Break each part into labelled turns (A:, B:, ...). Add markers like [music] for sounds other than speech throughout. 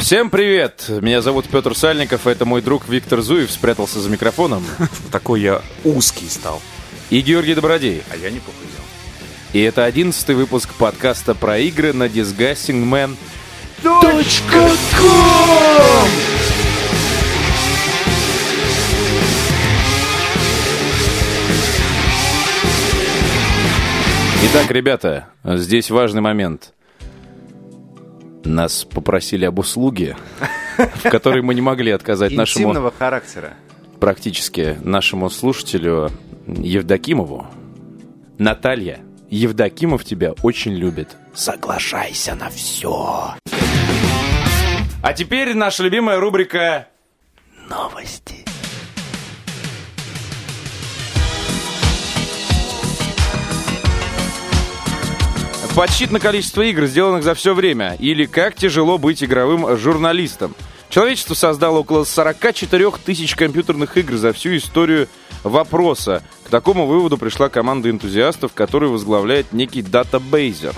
A: Всем привет! Меня зовут Петр Сальников, а это мой друг Виктор Зуев спрятался за микрофоном.
B: Такой я узкий стал.
A: И Георгий Добродей.
B: А я не похудел.
A: И это одиннадцатый выпуск подкаста про игры на Disgusting Man. Итак, ребята, здесь важный момент. Нас попросили об услуге, в которой мы не могли отказать нашему
B: Интимного характера.
A: практически нашему слушателю Евдокимову. Наталья, Евдокимов тебя очень любит. Соглашайся на все. А теперь наша любимая рубрика «Новости». Подсчитано количество игр, сделанных за все время, или как тяжело быть игровым журналистом. Человечество создало около 44 тысяч компьютерных игр за всю историю вопроса. К такому выводу пришла команда энтузиастов, которую возглавляет некий датабейзер.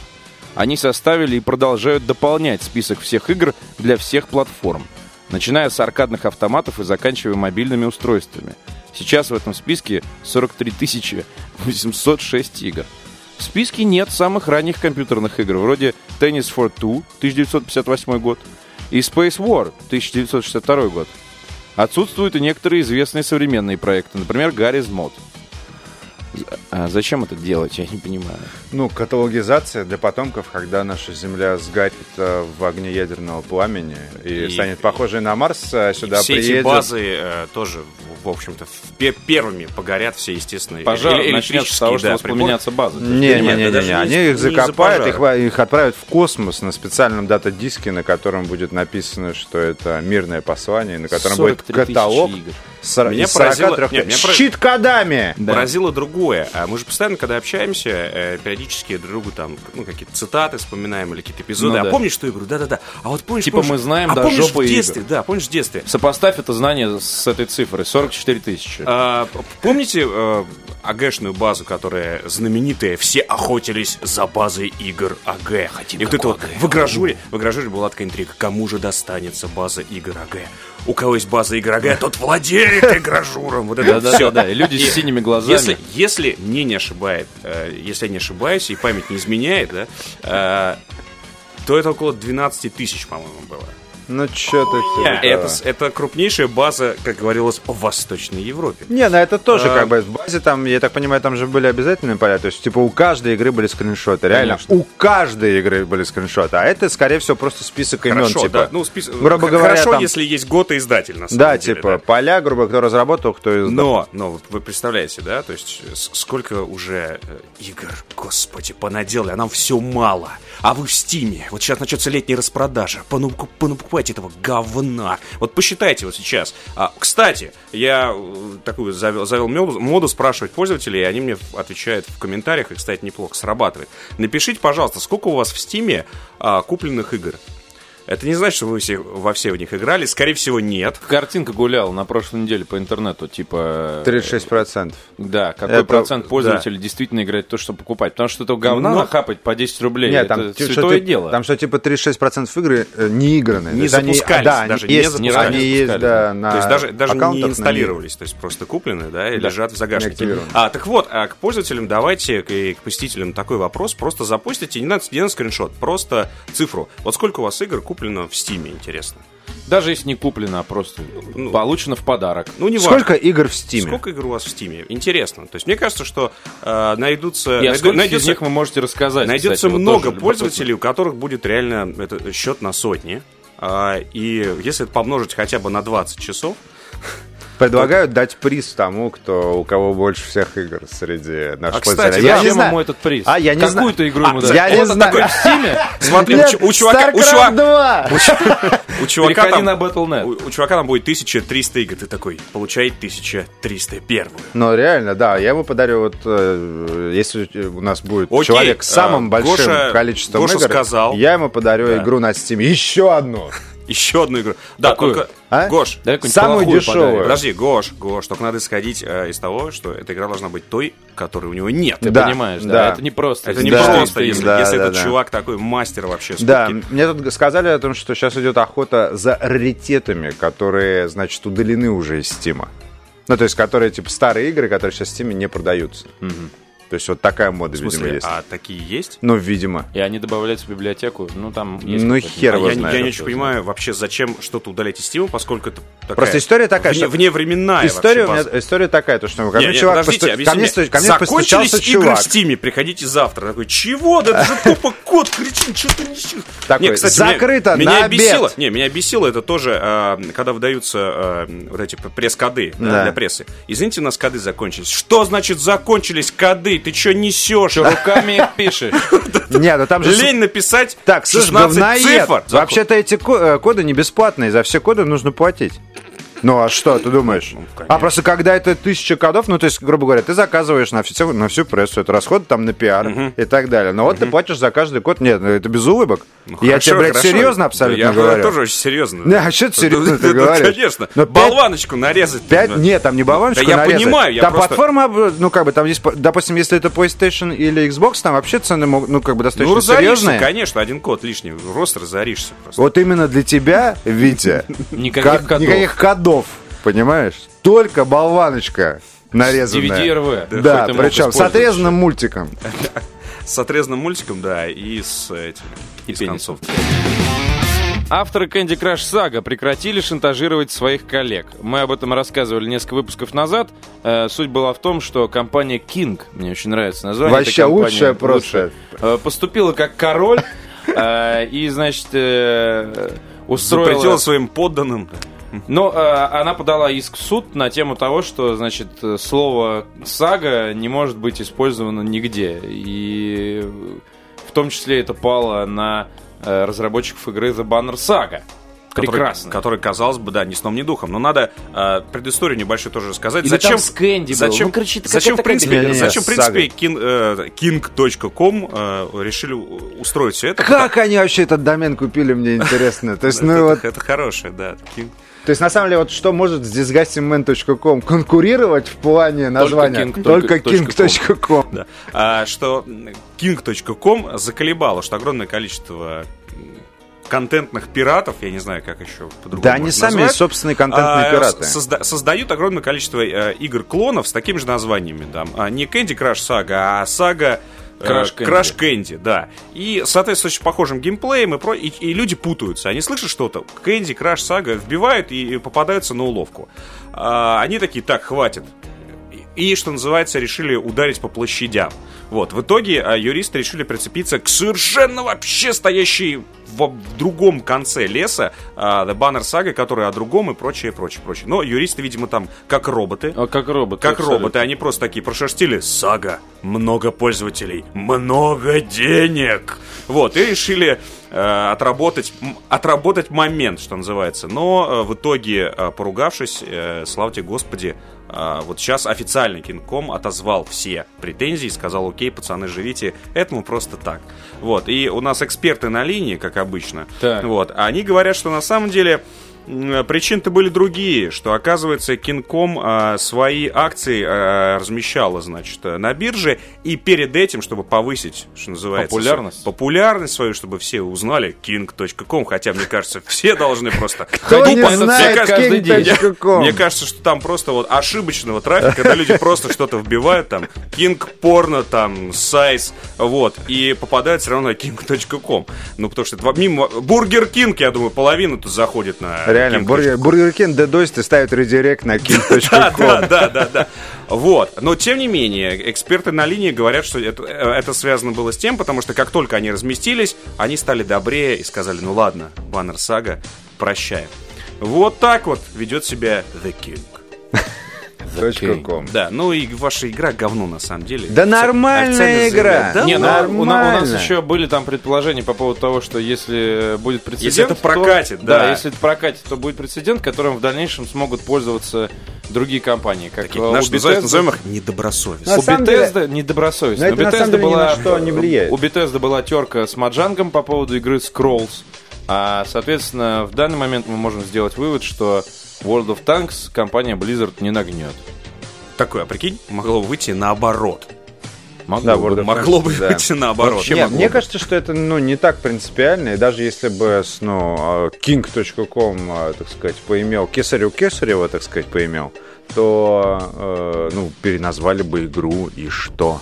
A: Они составили и продолжают дополнять список всех игр для всех платформ, начиная с аркадных автоматов и заканчивая мобильными устройствами. Сейчас в этом списке 43 806 игр. В списке нет самых ранних компьютерных игр, вроде Tennis for Two 1958 год и Space War 1962 год. Отсутствуют и некоторые известные современные проекты, например, Гаррис Мод. А зачем это делать, я не понимаю.
C: Ну, каталогизация для потомков, когда наша Земля сгорит э, в огне ядерного пламени и,
D: И-
C: станет похожей на Марс, а сюда
D: все эти
C: приедет...
D: базы э, тоже, в- в общем-то, в пе- первыми погорят все, естественно,
A: Пожар
D: эле-
A: начнется с того, что у
D: да,
A: вас
D: приборы.
A: поменяться база. То есть,
C: Не, не,
A: понимаете?
C: не, не,
D: даже
C: не,
D: не
C: они
D: из-
C: их
D: не из-за
C: закопают,
D: пожара.
C: их, во- их отправят в космос на специальном дата-диске, на котором будет написано, что это мирное послание, на котором будет
A: 43 тысячи
C: каталог
A: игр.
C: с сор-
D: Меня
C: из 43
D: поразило- нет, меня пора-
C: щит-кодами!
A: Да.
D: Поразило другое. А Мы же постоянно, когда общаемся, э, периодически друг другу там ну, какие-то цитаты вспоминаем или какие-то эпизоды.
A: Ну
D: а
A: да.
D: помнишь ту игру? Да-да-да. А вот помнишь...
A: Типа
D: помнишь-
A: мы знаем
D: а
A: до
D: помнишь
A: жопы
D: в
A: игр.
D: детстве? Да, помнишь в детстве?
A: Сопоставь это знание с этой цифрой. 44 тысячи.
D: А, п- помните э, АГшную базу, которая знаменитая? Все охотились за базой игр АГ. и вот это вот в агражуре, в агражуре была такая интрига. Кому же достанется база игр АГ? У кого есть база игр АГ, тот владеет игражуром. Вот это
A: Да-да-да,
D: все.
A: да, и люди с синими глазами.
D: Если, если мне не ошибает, э, если я не ошибаюсь, и память не изменяет, да, э, то это около 12 тысяч, по-моему, было.
C: Ну, что ты...
D: Э, Это, с- это крупнейшая база, как говорилось, в Восточной Европе.
C: Не, ну это тоже
D: А.
C: как бы в базе там, я так понимаю, там же были обязательные поля. То есть, типа, у каждой игры были скриншоты. Реально,
A: Конечно.
C: у каждой игры были скриншоты. А это, скорее всего, просто список имен,
D: Хорошо,
C: типа.
D: да. Ну, спис- х-
C: грубо говоря,
D: хорошо,
C: там-
D: если есть год и издатель, на самом
C: да,
D: деле,
C: типа,
D: да. Ну,
C: поля, грубо, кто разработал, кто издал.
D: Но, но вот вы представляете, да, то есть э, с- сколько уже э, игр, господи, понаделали, а нам все мало. А вы в Стиме, вот сейчас начнется летняя распродажа, понуку- понакупайте этого говна. Вот посчитайте вот сейчас. А, кстати, я э, такую завел, завел мел- моду спрашивать пользователей, и они мне отвечают в комментариях, и, кстати, неплохо срабатывает. Напишите, пожалуйста, сколько у вас в Стиме а, купленных игр? Это не значит, что вы все, во все в них играли. Скорее всего, нет.
A: Картинка гуляла на прошлой неделе по интернету, типа...
C: 36%.
A: Да, какой
C: Это-
A: процент пользователей действительно играет то, что покупать. Потому что этого говна
D: Но-
A: нахапать по 10
D: э,
A: рублей,
C: Нет,
A: это
C: Ну, там, ти-
A: святое
C: что, ти-
A: дело.
C: там что, типа, 36% игры э, не играны.
D: Не
C: То есть они-
D: запускались
C: да, они
D: даже, не
C: есть-
D: запускались.
C: Они
A: Не
C: есть,
A: запускались,
C: да, на
D: То есть даже, даже
C: аккаунтах,
D: не
C: на них.
D: инсталлировались, то есть просто куплены, да, и лежат в загашнике.
C: активированы.
D: А, так вот, а к пользователям давайте, к, и к посетителям такой вопрос, просто запустите, не надо, не надо скриншот, просто цифру. Вот сколько у вас игр куплено в Стиме, интересно?
A: Даже если не куплено, а просто
D: Ну,
A: получено в подарок.
D: Ну, не
C: Сколько игр в Стиме?
D: Сколько игр у вас в Стиме? Интересно. То есть мне кажется, что э, найдутся...
A: И о
D: найду-
A: скольких из
D: найдется-
A: них вы можете рассказать.
D: Найдется
A: кстати, вот
D: много
A: тоже [laughs]
D: пользователей, у которых будет реально это, счет на сотни. А, и если это помножить хотя бы на 20 часов,
C: Предлагают дать приз тому, кто, у кого больше всех игр среди наших
D: А, кстати,
C: пользователей.
A: Я
C: Я не знаю.
A: ему этот приз?
C: А, я не знаю.
A: Какую-то игру ему
C: А,
A: дать?
C: я не
A: Он
C: знаю.
A: такой в
D: [laughs]
A: Стиме,
D: смотри, у,
C: Нет,
D: ч- у чувака... у
C: StarCraft
D: чувака-
C: 2!
D: У чу- у чувака
A: переходи
D: там,
A: на Battle.net.
D: у, у чувака там будет 1300 игр, ты такой, получай 1301. [laughs]
C: Ну, реально, да. Я ему подарю, вот, э, если у нас будет
D: Окей,
C: человек с самым
D: а,
C: большим
D: Гоша-
C: количеством
D: Гоша
C: игр,
D: сказал.
C: я ему подарю игру на Steam. Еще одну.
D: Еще одну игру. Да,
A: Какую?
D: только...
C: А?
D: Гош,
A: Давай какую-нибудь
C: Самую
A: плохую
C: дешевую.
A: подарим.
D: подожди, Гош, Гош, только надо исходить э, из того, что эта игра должна быть той, которой у него нет.
A: Ты
C: Да,
A: понимаешь, да.
C: да.
A: Это не просто.
D: Это не
C: Да,
D: просто, если,
C: да,
D: если
C: да,
D: этот
C: да.
D: чувак такой мастер вообще.
C: Да,
D: скупки.
C: мне тут сказали о том, что сейчас идет охота за раритетами, которые, значит, удалены уже из Стима. Ну, то есть, которые, типа, старые игры, которые сейчас в Стиме не продаются. То есть, вот такая мода,
D: В
C: видимо,
D: смысле,
C: есть.
D: а такие есть?
C: Ну, видимо.
A: И они добавляются в библиотеку. Ну, там есть
C: Ну,
A: какой-то-
C: хер
A: А
C: его
A: я не-
D: я,
C: знаю,
D: не
A: я
D: очень понимаю вообще, зачем что-то удалять из Steam, поскольку это такая...
C: Просто история такая,
D: вне,
C: что-
D: вневременная
C: История, у
D: А, вообще
C: меня,
D: база.
C: история такая, то, что ко
D: Не,
C: мне
D: не,
C: чувак
D: подождите,
C: посту-
D: объясни
C: ко мне,
D: мне.
C: сту- ко мне
D: Закончились
C: постучался
D: игры
C: чувак.
D: в Стиме, приходите завтра. Такой, чего? Да это же тупо кот кричит, что ты несешь?
C: Такой,
D: Не, кстати,
C: «Закрыто,
D: меня, меня
C: на
D: бесило,
C: обед».
D: Не, меня бесило это тоже, а, когда выдаются а, вот эти пресс-коды да,
C: Да.
D: для прессы. Извините, у нас коды закончились. Что значит закончились коды? Ты что несешь?
A: Что, руками их
C: [laughs]
A: пишешь?
C: Не, ну там же...
D: Лень написать
C: Так, слушай, ну а
D: 16
C: говноед.
D: цифр.
C: Вообще-то эти ко- э, коды не бесплатные, за все коды нужно платить. Ну а что, ты думаешь?
D: Ну, конечно.
C: а просто когда это тысяча кодов, ну то есть, грубо говоря, ты заказываешь на всю, на всю прессу, это расходы там на пиар и так далее. Но вот ты платишь за каждый код. Нет, ну, это без улыбок. я
D: Хорошо,
C: тебе, блядь,
D: хорошо.
C: серьезно
D: Да,
C: абсолютно
D: я
C: говорю. [laughs]
D: тоже очень серьезно.
C: Не, а что ты серьезно
D: Да,
C: ты говоришь?
D: Конечно.
C: Но пять-
D: Болваночку нарезать.
C: Пять?
D: да.
C: Нет, там не болваночку
D: Да я
C: нарезать.
D: понимаю, я
C: Там
D: просто-
C: платформа, об- ну как бы, там есть, по- допустим, если это PlayStation или Xbox, там вообще цены могут, ну как бы, достаточно
D: Ну, разоришься,
C: серьезные.
D: конечно, один код лишний. Рост разоришься просто.
C: Вот именно для тебя, Витя,
A: Никаких
C: ко-
A: кодов.
C: никаких кодов, понимаешь? Только болваночка нарезанная.
A: DVD-RV.
C: Да, причем с отрезанным мультиком.
D: С отрезанным мультиком, да, и с этим. И с концов.
A: Авторы Candy Crush Saga прекратили шантажировать своих коллег. Мы об этом рассказывали несколько выпусков назад. Э, суть была в том, что компания King, мне очень нравится название. этой
C: Вообще
A: компании,
C: лучшее просто.
A: лучше, э, поступила как король [laughs] э, и, значит, э,
D: Запретила
A: устроила...
D: своим подданным.
A: Ну, э, она подала иск в суд на тему того, что, значит, э, слово «сага» не может быть использовано нигде. И в том числе это пало на э, разработчиков игры The Banner Saga.
D: который-
A: Прекрасно.
D: Который, казалось бы, да, ни сном, ни духом. Но надо э, предысторию небольшую тоже рассказать.
A: Или
D: зачем,
A: там с Кэнди был.
D: зачем,
A: Ну, короче, это
D: зачем, в
A: какая-то
D: принципе,
C: Не-не-не,
D: зачем, в
C: с
D: принципе,
C: сагой.
D: kin, э, king.com э, решили у- устроить все это?
C: Как они вообще этот домен купили, мне интересно. То есть,
D: Это,
C: ну вот,
D: это хорошее, да. King.
C: то есть, на самом деле, вот что может с disgustingman.com конкурировать в плане названия?
A: King,
C: Только
A: только точка
C: king.com.
D: Да. А, что king.com заколебало, что огромное количество м, контентных пиратов, я не знаю, как еще по-другому
C: Да, они
D: можно
C: сами
D: назвать,
C: собственные контентные
D: а,
C: пираты.
D: с- созда- создают огромное количество э, игр-клонов с такими же названиями. Там, а, не Candy Crush Saga, а Saga э,
A: Crash Candy.
D: Crash Candy, да. И, соответственно, с очень похожим геймплеем, и, про- и- и люди путаются. Они слышат что-то, Candy Crush Saga вбивают и, и попадаются на уловку. А, они такие, так, хватит. И, что называется, решили ударить по площадям. Вот, в итоге а, юристы решили прицепиться к совершенно вообще стоящей в, в другом конце леса а, The Banner Saga, которая о другом и прочее, прочее, прочее. Но юристы, видимо, там как роботы.
A: А как робот.
D: Как роботы, они просто такие прошерстили. Сага, много пользователей, много денег. Вот, и решили э, отработать, м, отработать момент, что называется. Но э, в итоге, э, поругавшись, э, слава тебе, Господи, э, вот сейчас официально Кинком отозвал все претензии и сказал, окей, пацаны, живите, этому просто так. Вот, и у нас эксперты на линии, как обычно.
A: Так.
D: Вот, а они говорят, что на самом деле... М, Причин-то были другие, что, оказывается, Кинком свои акции а, размещала, значит, а, на бирже, и перед этим, чтобы повысить, что называется...
A: Популярность?
D: с- Популярность свою, чтобы все узнали king.com, хотя, мне кажется, все должны просто...
C: Кто
D: ходить
C: не
D: по этому-
C: знает
D: Мне кажется,
A: каждый день.
C: king.com?
D: Мне кажется, что там просто вот ошибочного трафика, когда люди просто что-то вбивают, там, king порно, там, сайз, вот, и попадают все равно на king.com. Ну, потому что это во- мимо... Бургер Кинг, я думаю, половина тут заходит на
C: Реально,
D: King.
C: Бургер Бургер Кинг дедосит и ставит редирект на
D: Да, да,
C: king.com.
D: да, да, да. Вот. Но тем не менее, эксперты на линии говорят, что это, э, это связано было с тем, потому что как только они разместились, они стали добрее и сказали, ну ладно, баннер сага, прощаем. Вот так вот ведет себя The King.
C: Точка ком.
D: Да, ну и ваша игра говно на самом деле.
C: Да
D: Офици-
C: нормальная
D: официально
C: игра.
D: заявляют. Да
A: Не, ну,
D: ладно.
A: у, на- у нас
C: Нормально.
A: еще были там предположения по поводу того, что если э, будет прецедент...
D: Если это
A: то-
D: прокатит, да.
A: если это прокатит, то будет прецедент, которым в дальнейшем смогут пользоваться другие компании. Как
D: Таких
A: э, у
D: наших
A: Bethesda.
D: назовем их недобросовестно.
C: На
A: У
C: самом деле-
A: Bethesda недобросовестно.
C: Но это
A: У
C: на самом
A: Bethesda
C: деле ни
A: была-
C: на что не влияет.
A: У Bethesda была терка с Маджангом по поводу игры Scrolls. А, соответственно, в данный момент мы можем сделать вывод, что World of Tanks компания Blizzard не нагнет.
D: Такое, а прикинь, могло бы выйти наоборот.
A: Могу
C: Да,
A: бы.
C: World of
D: Могло бы
C: Tanks, да.
D: выйти наоборот.
A: Вообще
C: Нет,
A: могло
C: мне
A: бы.
C: кажется, что это ну, не так принципиально. И даже если бы с, ну, э, king.com, э, так сказать, поимел кесарю кесарева, так сказать, поимел, то э, ну, переназвали бы игру и что?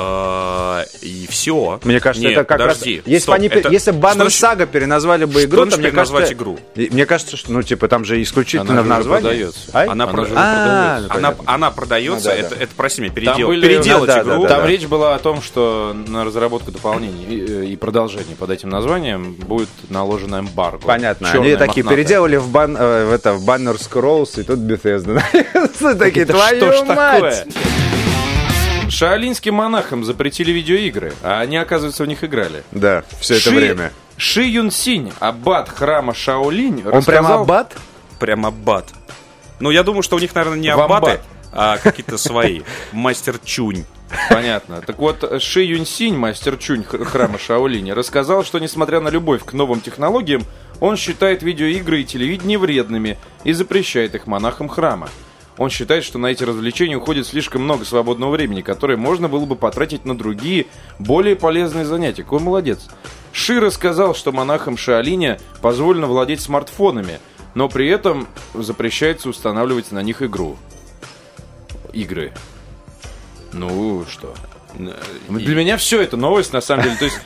D: А, И все.
C: Мне кажется,
D: Нет,
C: это как
D: подожди,
C: раз... Если,
D: стоп,
C: бы они, пер-
D: это-
C: если бы Баннер
D: что значит-
C: Сага переназвали бы
D: что
C: игру, то
D: значит
C: мне кажется...
D: переназвать игру?
C: И Мне кажется, что, ну, типа, там же исключительно
A: Она
C: в
A: же уже
C: названии.
A: продается.
C: Ай?
D: Она
A: Она же
D: продается.
C: А, ну,
D: Она,
C: понятно.
D: она продается,
C: Ну, да,
D: это,
C: да.
D: это, прости меня,
A: Там
D: передел-
A: были-
D: переделать
C: Да, да,
D: игру.
C: да,
A: Там
C: да.
A: речь была о том, что на разработку дополнений и, и продолжений под этим названием будет наложен эмбарго.
C: Понятно.
A: Чёрная,
C: Они такие
A: мохнатая.
C: переделали в, бан, э, в это, в баннер Scrolls, и тут Bethesda. [laughs] Такие,
A: Это что ж
C: твою
A: такое?
C: мать!
A: Шаолинским монахам запретили видеоигры, а они, оказывается, в них играли.
C: Да, все это
A: Ши-
C: время.
A: Ши Юн Синь, аббат храма Шаолинь,
C: Он прямо
A: рассказал-
C: аббат?
D: Прям аббат. Ну, я думаю, что у них, наверное, не
A: В
D: аббаты,
A: амбат.
D: а какие-то свои. Мастер Чунь.
A: Понятно. Так вот, Ши Юнь Синь, мастер Чунь хр- храма Шаолини, рассказал, что, несмотря на любовь к новым технологиям, он считает видеоигры и телевидение вредными и запрещает их монахам храма. Он считает, что на эти развлечения уходит слишком много свободного времени, которое можно было бы потратить на другие, более полезные занятия. Какой молодец. Ши рассказал, что монахам Шаолиня позволено владеть смартфонами, но при этом запрещается устанавливать на них игру. Игры. Ну что? Ну, Для меня все это новость, на самом деле. То есть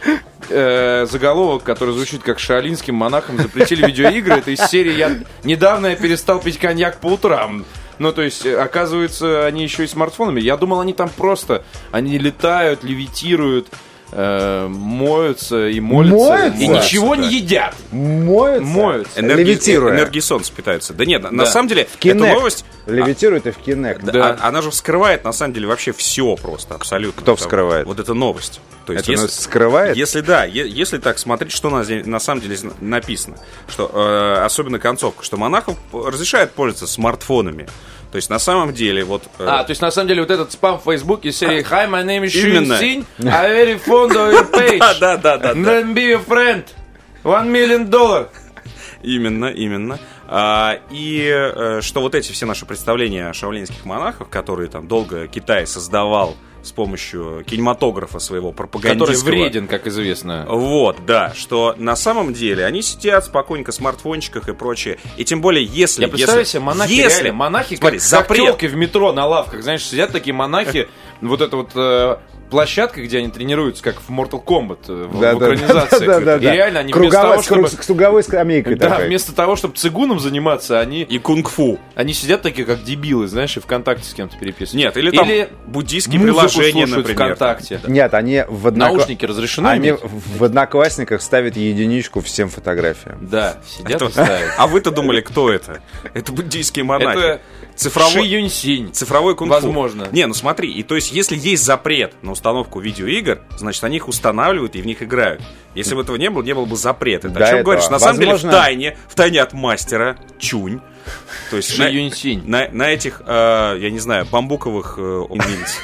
A: э, заголовок, который звучит как шаолинским монахам запретили видеоигры, это из серии я недавно я перестал пить коньяк по утрам. Ну, то есть, э, оказывается, они еще и смартфонами. Я думал, они там просто, они летают, левитируют, э, моются и молятся.
C: Моются?
A: И ничего
D: Да.
A: не едят.
C: Моется?
A: Моется.
D: Энерги-
C: Левитируя.
D: Энергией солнца питаются. Да нет, на- на
A: Да.
D: самом деле, эта
C: Kinect.
D: новость,
C: Левитирует и в Kinect.
D: да,
A: Да.
D: а- она же вскрывает, на самом деле, вообще все просто, абсолютно.
C: Кто
D: Там
C: вскрывает?
D: Вот эта новость. То есть,
C: Это
D: если-
C: нас скрывает?
D: Если да, е- если так смотреть, что на, зе- на самом деле зна- написано, что э, особенно концовка, что монахов п- разрешают пользоваться смартфонами. То есть на самом деле вот. э,
A: А, то есть, на самом деле, вот этот спам в Фейсбуке из серии «Hi, my name is Shin
D: А. Именно.
A: Sin, I'm very fond of your page».
D: [laughs] [laughs] да, да, да, да, да.
A: Then be a friend. One million dollar.
D: Именно, именно. А, и э, что вот эти все наши представления о шаолинских монахах, которые там долго Китай создавал с помощью кинематографа своего пропагандистского.
A: Который вреден, как известно.
D: Вот, да, что на самом деле они сидят спокойненько в смартфончиках и прочее. И тем более, если...
A: Я представляю
D: если-
A: себе монахи,
D: если,
A: реально, монахи,
D: Смотри,
A: как, как
D: запрет.
A: тёлки в метро на лавках, знаешь, сидят такие
D: [laughs]
A: монахи, вот эта вот э, площадка, где они тренируются, как в Mortal Kombat, э, в, в экранизации. И реально они вместо
C: Круговая-
A: того,
C: с круг-
A: чтобы...
C: с круговой скамейкой
A: Да,
C: такой.
A: вместо того, чтобы цигуном заниматься, они,
D: И кунг-фу.
A: они сидят такие, как дебилы, знаешь, и ВКонтакте с кем-то переписываются.
D: Нет, или там буддийские приложения,
A: слушают
D: например. а,
A: ВКонтакте.
C: Нет, они в однокла-
A: Наушники ну, разрешены
C: Они
A: иметь?
C: в в одноклассниках ставят единичку всем фотографиям.
A: Да, сидят
D: [laughs] Кто-
A: и ставят.
D: А вы-то думали, кто это? Это буддийские монахи.
A: Это Ши
D: цифровой...
A: Юнь Синь.
D: Цифровой кунг
A: Возможно.
D: Не, ну смотри, и то есть, если есть запрет на установку видеоигр, значит, они их устанавливают и в них играют. Если бы этого не было, не было бы запрета. Это
C: До
D: о чем
C: этого.
D: говоришь? На самом деле, в
C: Возможно-
D: тайне, в тайне от мастера, чунь. То есть,
A: Ши
D: на,
A: Юнь Синь.
D: на- на этих, э, я не знаю, бамбуковых э, он ниндзя.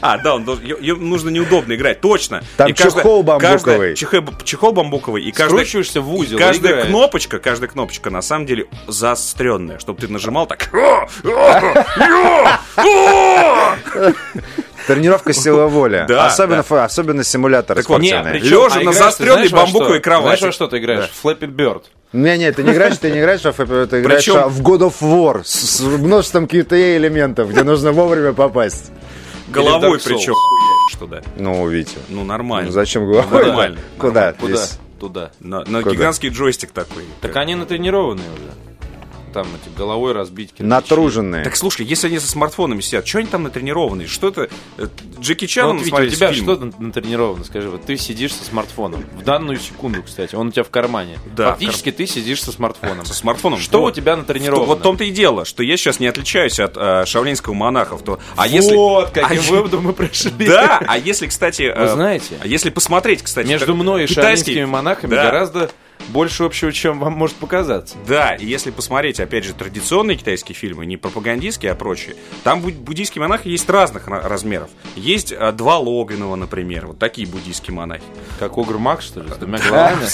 D: А, да, он должен- ё- им нужно неудобно играть, точно.
C: Там
D: каждая-
C: чехол бамбуковый.
D: каждая- чехол б- Чехол бамбуковый. И каждая,
A: Скручиваешься в узел. и
D: каждая
A: играешь.
D: кнопочка, каждая кнопочка на самом деле заостренная, чтобы ты нажимал так.
C: Тренировка
A: [laughs]
C: сила воли.
D: Да,
C: Особенно
D: да.
C: фо- особенно симуляторы
D: Так вот,
A: Не,
C: спортивные.
A: причем-
D: Лёжа
A: а
D: на
A: играешь ты
D: заострённой
A: знаешь во
D: бамбуковой
A: что?
D: кровати.
A: Знаешь, во что ты играешь? Флэппи Бёрд.
C: Не-не, ты не играешь, ты не играешь, а ф- ты играешь
D: Причем-
C: а, в God of War с, с множеством QTE элементов, где нужно вовремя попасть.
D: [laughs] Головой
A: Dark Souls.
D: причем. Что да.
C: Ну, Витя.
D: Ну
C: Ну,
D: нормально.
C: зачем головой?
D: Нормально.
C: Куда?
A: Куда?
C: Здесь-
A: Туда.
D: На, на
C: Куда?
D: гигантский джойстик такой.
A: Так они натренированные уже. Там эти головой разбить кирпичи.
C: Натруженные.
D: Так слушай, если они со смартфонами сидят, что они там натренированные? Что это? э, Джеки
A: Ну,
D: Чаном
A: вот, Витя, у
D: смотреть
A: тебя
D: фильм?
A: что на- натренировано, скажи? Вот ты сидишь со смартфоном. В данную секунду, кстати. Он у тебя в кармане.
D: Да,
A: Фактически ты сидишь со смартфоном.
D: Со смартфоном.
A: Что
D: Вот.
A: у тебя натренировано?
D: Вот в том-то и дело, что я сейчас не отличаюсь от э, шаолинского монахов. То, а если...
A: Вот, каким
D: а е-
A: выводом мы пришли.
D: Да, а если, кстати... э,
A: знаете,
D: а Если посмотреть, кстати...
A: Между
D: как-
A: мной и
D: китайский-
A: шаолинскими монахами
D: Да.
A: гораздо больше общего, чем вам может показаться.
D: Да, и если посмотреть, опять же, традиционные китайские фильмы, не пропагандистские, а прочие, там буд- буддийские монахи есть разных на- размеров. Есть а, два Логвинова, например, вот такие буддийские монахи.
A: Как Огр Мак, что ли, с двумя головами?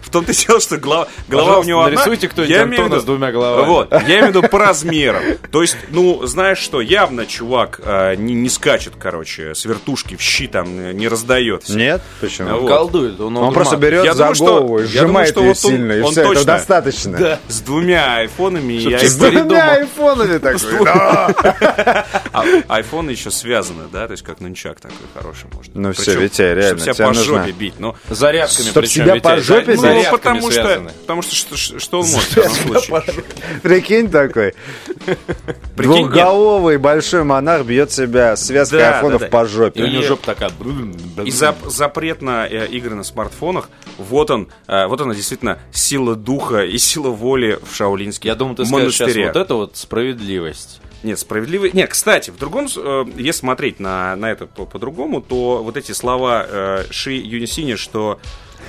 D: В том-то и дело, что глава, голова у
A: Пожалуйста,
D: него одна.
A: нарисуйте кто-нибудь
D: Я имею в
A: Антона
D: виду-
A: с двумя головами.
D: Вот, я имею в виду по размерам. То есть, ну, знаешь что, явно чувак а, не, не скачет, короче, с вертушки в щи там э, не раздает. всё.
E: Нет? Почему?
D: А Вот.
A: Колдует. Он,
E: Он
A: Огр
E: просто
A: Мак.
E: берет
D: Я
E: за
D: думаю, что-
E: голову и
D: я
E: сжимает ее
D: думаю, что вот он-
E: сильно, и
D: он
E: все, этого
D: точно.
E: достаточно.
D: С двумя айфонами я
E: С двумя айфонами такой. да.
D: А айфоны еще связаны, да, то есть как нунчак такой хороший может.
E: Ну всё,
D: Причём,
E: Витя,
D: чтоб
E: реально,
D: себя
E: тебе
D: по
E: нужна.
D: жопе бить, ну.
A: Зарядками
E: Чтоб
A: причем.
E: себя
A: Витя,
E: по жопе
A: за-
E: бить?
D: Ну,
A: зарядками
D: потому что,
A: связаны.
D: потому что, что, что- что он может в данном случае?
E: Прикинь такой.
D: ну, Прикинь, нет.
E: Двухголовый большой монарх бьет себя связкой
D: Да,
E: айфонов
D: да, да.
E: по
A: И у
E: жопе.
A: него жопа такая.
D: И зап- запрет на э, игры на смартфонах, вот он, э, вот она действительно сила духа и сила воли в шаолинске
A: Я думаю, ты скажешь сейчас
D: монастыре.
A: вот это вот справедливость.
D: Нет, справедливый. Нет, кстати, в другом, с- э, если смотреть на, на это по- по-другому, то вот эти слова э, Ши Юнисини, что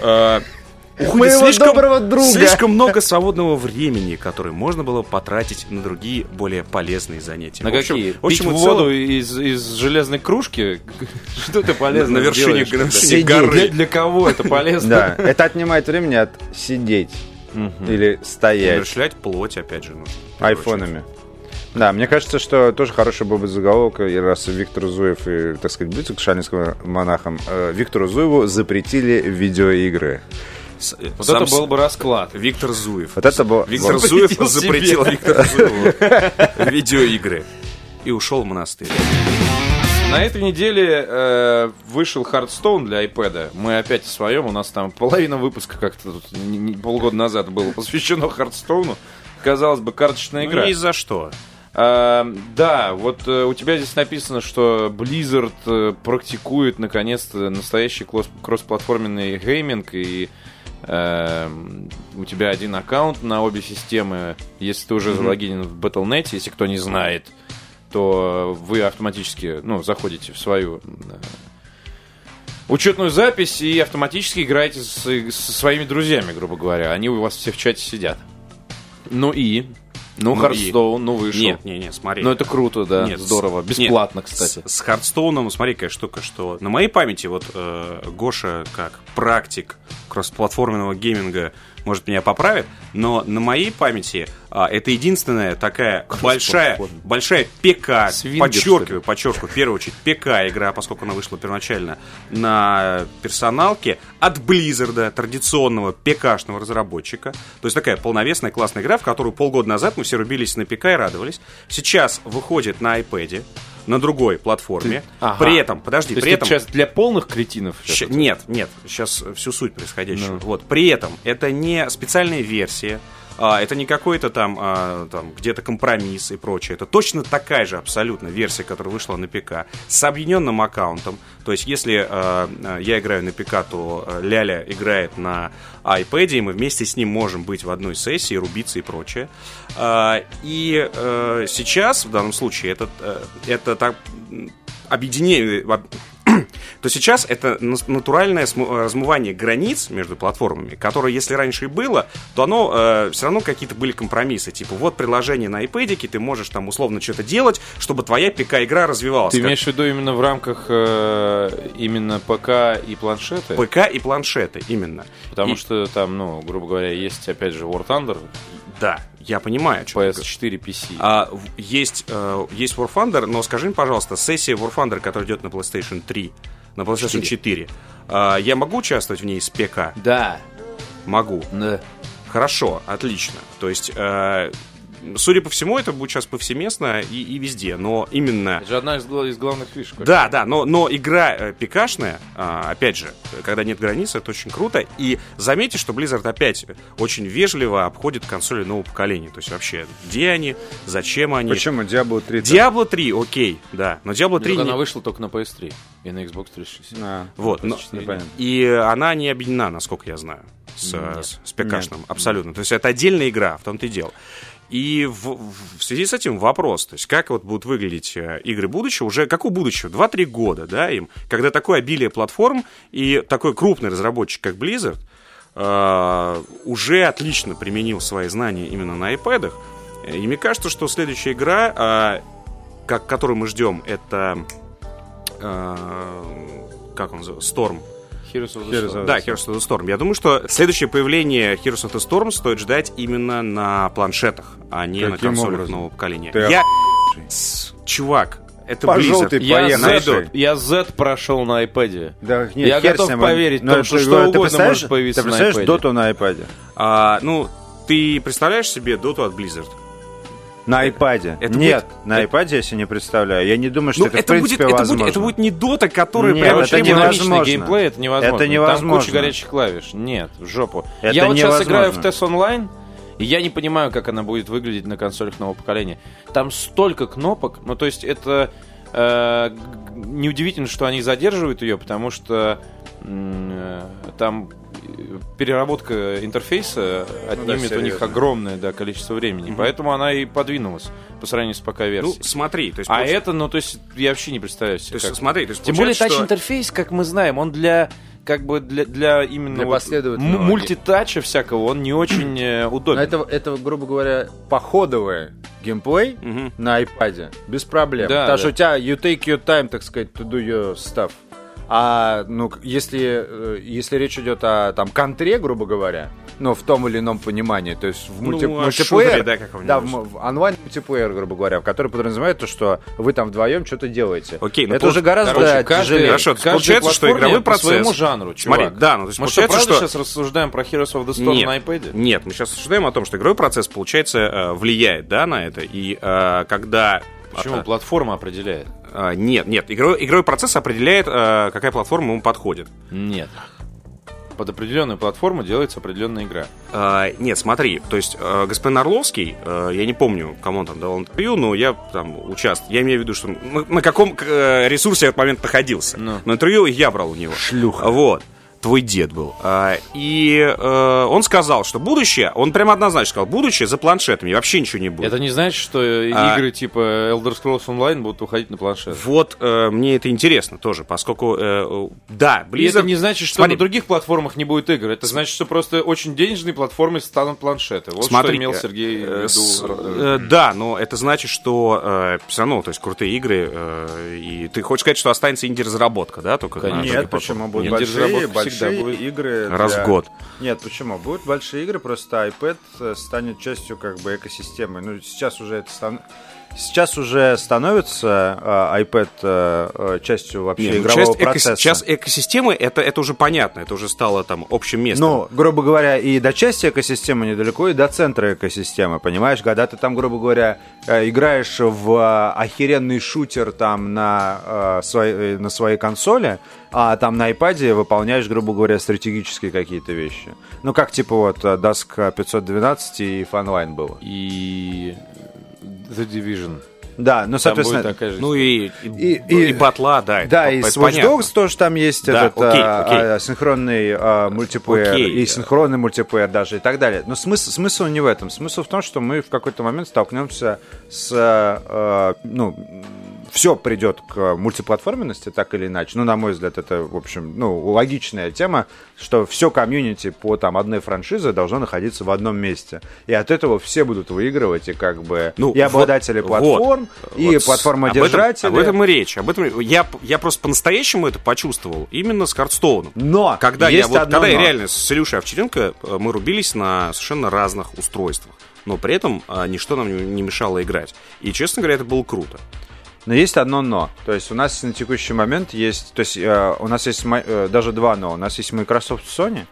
D: э, уходит
E: Моего доброго друга.
D: слишком много свободного времени, которое можно было потратить на другие более полезные занятия.
A: На
D: В общем-
A: какие?
D: в общем
A: Пить
D: и в
A: воду
D: целом,
A: из, из железной кружки? [laughs] Что ты полезно
D: на вершине,
A: делаешь?
D: на вершине
E: Сидеть.
A: Для,
D: горы.
A: для кого это полезно?
E: Да, это отнимает времени от сидеть или стоять
D: Умершлять плоть, опять же, нужно. в первую очередь.
E: айфонами. Да, мне кажется, что тоже хороший был бы заголовок, и раз Виктор Зуев и, так сказать, близок к шалинским монахам, э, Виктору Зуеву запретили видеоигры.
D: С- э,
A: Вот
D: сам
A: это
D: с-
A: был бы расклад.
D: Виктор Зуев.
E: Вот это было...
D: Виктор
E: вот.
D: Зуев
A: Запретил
D: запретил
A: себе.
D: Виктору Зуеву видеоигры и ушел в монастырь.
A: На этой неделе э, вышел Хардстоун для iPad. Мы опять в своем. У нас там половина выпуска как-то тут не- не- полгода назад было посвящено Хардстоуну. Казалось бы, карточная игра.
D: Ну, ни за что.
A: А, да, вот э, у тебя здесь написано, что Blizzard э, практикует наконец-то настоящий клосс- кроссплатформенный гейминг, и э, у тебя один аккаунт на обе системы, если ты уже залогинен в Battle.net, если кто не знает, то вы автоматически ну, заходите в свою э, учетную запись и автоматически играете с- со своими друзьями, грубо говоря. Они у вас все в чате сидят. Ну и... Ну,
D: Ну и.
A: Хардстоун, ну вышел.
D: Нет, не, не, смотри.
A: Ну это круто, да.
D: Нет,
A: Здорово.
D: с-
A: Бесплатно,
D: нет,
A: кстати.
D: С, с Хардстоуном, смотри, какая штука, что на моей памяти вот э, Гоша как практик кроссплатформенного гейминга может меня поправит, но на моей памяти а, это единственная такая большая, большая ПК,
A: Свингер,
D: подчеркиваю, подчеркиваю, в первую очередь ПК игра, поскольку она вышла первоначально на персоналке от Blizzard, традиционного ПКшного разработчика. То есть такая полновесная классная игра, в которую полгода назад мы все рубились на ПК и радовались. Сейчас выходит на iPad, на другой платформе.
A: ага.
D: При этом, подожди,
A: То есть
D: при
A: это
D: этом...
A: сейчас для полных кретинов. сейчас
D: Ща-
A: это?
D: нет, нет, сейчас всю суть происходящего. Вот, при этом это не специальная версия, а, это не какой-то там, а, там где-то компромисс и прочее. Это точно такая же абсолютно версия, которая вышла на ПК с объединенным аккаунтом. То есть, если а, а, я играю на ПК, то а, Ляля играет на iPad, и мы вместе с ним можем быть в одной сессии, рубиться и прочее. А, и э, сейчас, в данном случае, это, э, это так м, объединение, об- [clears throat] то сейчас это нас- натуральное сму- э, размывание границ между платформами, которое, если раньше и было, то оно все равно какие-то были компромиссы. Типа, вот приложение на iPad, ты можешь там условно что-то делать, чтобы твоя ПК-игра развивалась.
A: Ты
D: Как-
A: имеешь в виду именно в рамках э, именно ПК и планшеты?
D: ПК и планшеты, именно.
A: Потому
D: И-
A: что там, ну, грубо говоря, есть опять же War Thunder,
D: Да, я понимаю, что
A: PS4, PC.
D: А, в- есть, э, есть War Thunder, но скажи мне, пожалуйста, сессия War Thunder, которая идет на PlayStation 3, на PlayStation 4, а, я могу участвовать в ней с ПК?
A: Да.
D: Могу.
A: Да.
D: Хорошо, отлично. То есть, э, судя по всему, это будет сейчас повсеместно и, и везде, но именно...
A: Это же одна из, гла- из главных фишек.
D: Да, да, но, но игра э, пикашная, а, опять же, когда нет границ, это очень круто. И заметьте, что Blizzard опять очень вежливо обходит консоли нового поколения. То есть вообще, где они, зачем они.
E: Почему Diablo 3? -то?
D: Diablo 3, окей, да. Но Diablo 3
A: Только
D: не- Ну,
A: Она вышла только на PS3 и на Xbox 360.
E: А,
D: Вот, но-
A: PS4
E: непонятно.
D: И она не объединена, насколько я знаю, с, э,
A: Нет.
D: с- с ПКшным, абсолютно. То есть это отдельная игра, в том-то и дело. И в, в- в связи с этим вопрос, то есть как вот будут выглядеть э, игры будущего, уже как у будущего, 2-3 года, да, им, когда такое обилие платформ и такой крупный разработчик, как Blizzard, э, уже отлично применил свои знания именно на iPad. И мне кажется, что следующая игра, э, как, которую мы ждем, это... э, как он называется? Storm.
A: Heroes of the
E: Heroes
A: Storm.
E: of-
D: Да, Heroes of the Storm. Я думаю, что следующее появление Heroes of the Storm стоит ждать именно на планшетах, а не на
E: Каким
D: консолях
E: образом?
D: нового поколения.
E: Ты
D: Я... С- Чувак, это
E: По
D: Blizzard.
E: желтой
A: Я
E: поехали.
A: Z, я Z прошел на iPad.
E: Да, нет,
A: Я
E: хер
A: готов
E: с ним.
A: поверить в
E: Но
A: том,
E: ты
A: что что
E: говорю, ты
A: угодно
E: представляешь-
A: может появиться
E: Ты
A: на
E: представляешь
A: iPad?
E: доту на iPad?
D: А, ну, ты представляешь себе доту от Blizzard?
E: Ну, На iPad?
D: это
E: Нет,
D: будет-
E: на iPad я себе не представляю. Я не думаю, что
D: ну,
E: это, в принципе
D: будет, это,
E: возможно.
D: будет, это будет не дота, которая
E: Нет,
D: прям
A: Прямо
E: это
D: вообще
A: очень
D: будет-
E: невозможно.
A: динамичный геймплей, это невозможно.
E: Это
A: Там куча
E: невозможно.
A: горячих клавиш. Нет, в жопу.
E: Это
A: я вот сейчас
E: невозможно.
A: играю в TES Online, и я не понимаю, как она будет выглядеть на консолях нового поколения. Там столько кнопок, ну то есть это э, г- неудивительно, что они задерживают ее, потому что м, э, там э, переработка интерфейса
D: Ну
A: отнимет у них
E: серьезно.
A: огромное да, количество времени. Поэтому она и подвинулась по сравнению с
D: Ну,
A: ПК-версией.
D: смотри, то есть...
A: а
D: получ-
A: это, ну то есть я вообще не представляю
D: То
A: себе.
D: есть,
A: как
D: смотри, то есть
A: тем более
D: получается, что-
A: тач-интерфейс, как мы знаем, он для как бы для, для именно
C: Для
A: вот
C: последовательного.
A: м- мультитача всякого он не очень э, удобен.
C: Но это, это, грубо говоря, походовый геймплей
D: Мгм.
C: на iPad. Без проблем.
A: Да,
C: Потому что
A: да.
C: у тебя you take your time, так сказать, to do your stuff. А ну, к- если, э, если речь идет о там, контре, грубо говоря, ну, в том или ином понимании, то есть в мульти-
D: Ну, о шутере,
C: мультиплеер,
D: да, каком-нибудь.
C: в, м- в онлайн-мультиплеер, грубо говоря, в который подразумевает то, что вы там вдвоем что-то делаете.
D: Окей, ну,
C: Это уже
D: получ-
C: гораздо
A: Короче,
C: тяжелее.
D: Хорошо, то есть
A: каждый
D: получается, что
A: платформер
D: игровой
A: по своему
D: процесс.
A: жанру, чувак.
D: Смотри, да, ну, то есть
A: Мы
D: получается,
A: что, правда
D: что-
A: сейчас рассуждаем про Heroes of the Storm
D: Нет.
A: на iPad?
D: Нет, мы сейчас рассуждаем о том, что игровой процесс, получается, э, влияет, да, на это. И э, когда...
A: Почему?
D: а,
A: Платформа определяет.
D: а, нет, нет, игровой, игровой процесс определяет, э, какая платформа ему подходит.
A: Нет. Под определенную платформу делается определенная игра.
D: А, нет, смотри, то есть э, господин Орловский, э, я не помню, кому он там давал интервью, но я там участвовал. Я имею в виду, что на, на каком э, ресурсе я в этот момент находился.
A: Ну.
D: Но интервью я брал у него.
C: Шлюха.
D: Вот. Твой дед был. А, и э, он сказал, что будущее, он прям однозначно сказал, будущее за планшетами, и вообще ничего не будет.
A: Это не значит, что э,
D: А-
A: игры типа Elder Scrolls Online будут уходить на планшет.
D: Вот э, мне это интересно тоже, поскольку, э, э, да,
A: И это
D: Blizzard...
A: не значит, что
D: Смотри.
A: на других платформах не будет игр. Это значит, что просто очень денежные платформы станут планшеты. Вот
D: Смотри,
A: что имел
D: э,
A: Сергей
D: э,
A: в
D: с-
A: виду.
D: э, да, но это значит, что все равно, то есть крутые игры, э, и ты хочешь сказать, что останется инди-разработка, да, А, только на
A: Конечно.
D: других
C: Нет,
D: платформах?
C: почему будут
A: Нет,
C: большие,
A: держработка всегда
C: большие
A: будет.
C: игры
D: Раз в
C: для-
D: год.
C: Нет, почему? Будут большие игры, просто iPad э, станет частью как бы экосистемы. Ну, сейчас уже это стан- Сейчас уже становится э, iPad э, э, частью вообще
D: Нет, ну,
C: игрового
D: часть эко-
C: процесса.
D: Сейчас экосистемы, это, это уже понятно, это уже стало там общим местом.
C: Ну, грубо говоря, и до части экосистемы недалеко, и до центра экосистемы, понимаешь? Когда ты там, грубо говоря, э, играешь в э, охеренный шутер там на, э, своей, э, на своей консоли, а там на iPad выполняешь, грубо говоря, стратегические какие-то вещи. Ну, как типа вот э, доска 512 и фанлайн было.
A: и The Division.
C: Да, ну,
A: Там будет
C: соответственно...
A: такая же
D: Ну
A: история.
D: и,
C: И-
D: и,
C: и-
D: батла, да. это
C: Да,
D: по-
C: и
D: по-
C: с Watch
D: понятно.
C: Dogs тоже там есть
D: Да,
C: этот а,
D: окей, окей.
C: а, синхронный а, мультиплеер
D: Окей.
C: и синхронный мультиплеер даже и так далее. Но смысл, смысл не в этом. Смысл в том, что мы в какой-то момент столкнемся с... а, ну, все придет к мультиплатформенности, так или иначе. Ну, на мой взгляд, это, в общем, ну, логичная тема, что все комьюнити по там одной франшизе должно находиться в одном месте. И от этого все будут выигрывать, и как бы
D: Ну,
C: и
D: вот-
C: обладатели
D: вот.
C: платформ, и
D: Вот с-
C: платформодержатели.
D: Об этом, об этом и речь. Об этом я, я просто по-настоящему это почувствовал именно с Хардстоуном.
C: Но
D: Когда я
C: есть
D: вот,
C: одно
D: когда я
C: но.
D: реально с Илюшей Овчаренко э, мы рубились на совершенно разных устройствах, но при этом а, ничто нам не- не мешало играть. И, честно говоря, это было круто.
C: Но есть одно но. То есть у нас на текущий момент есть... То есть э, у нас есть ма- э, даже два но. У нас есть Microsoft и Sony,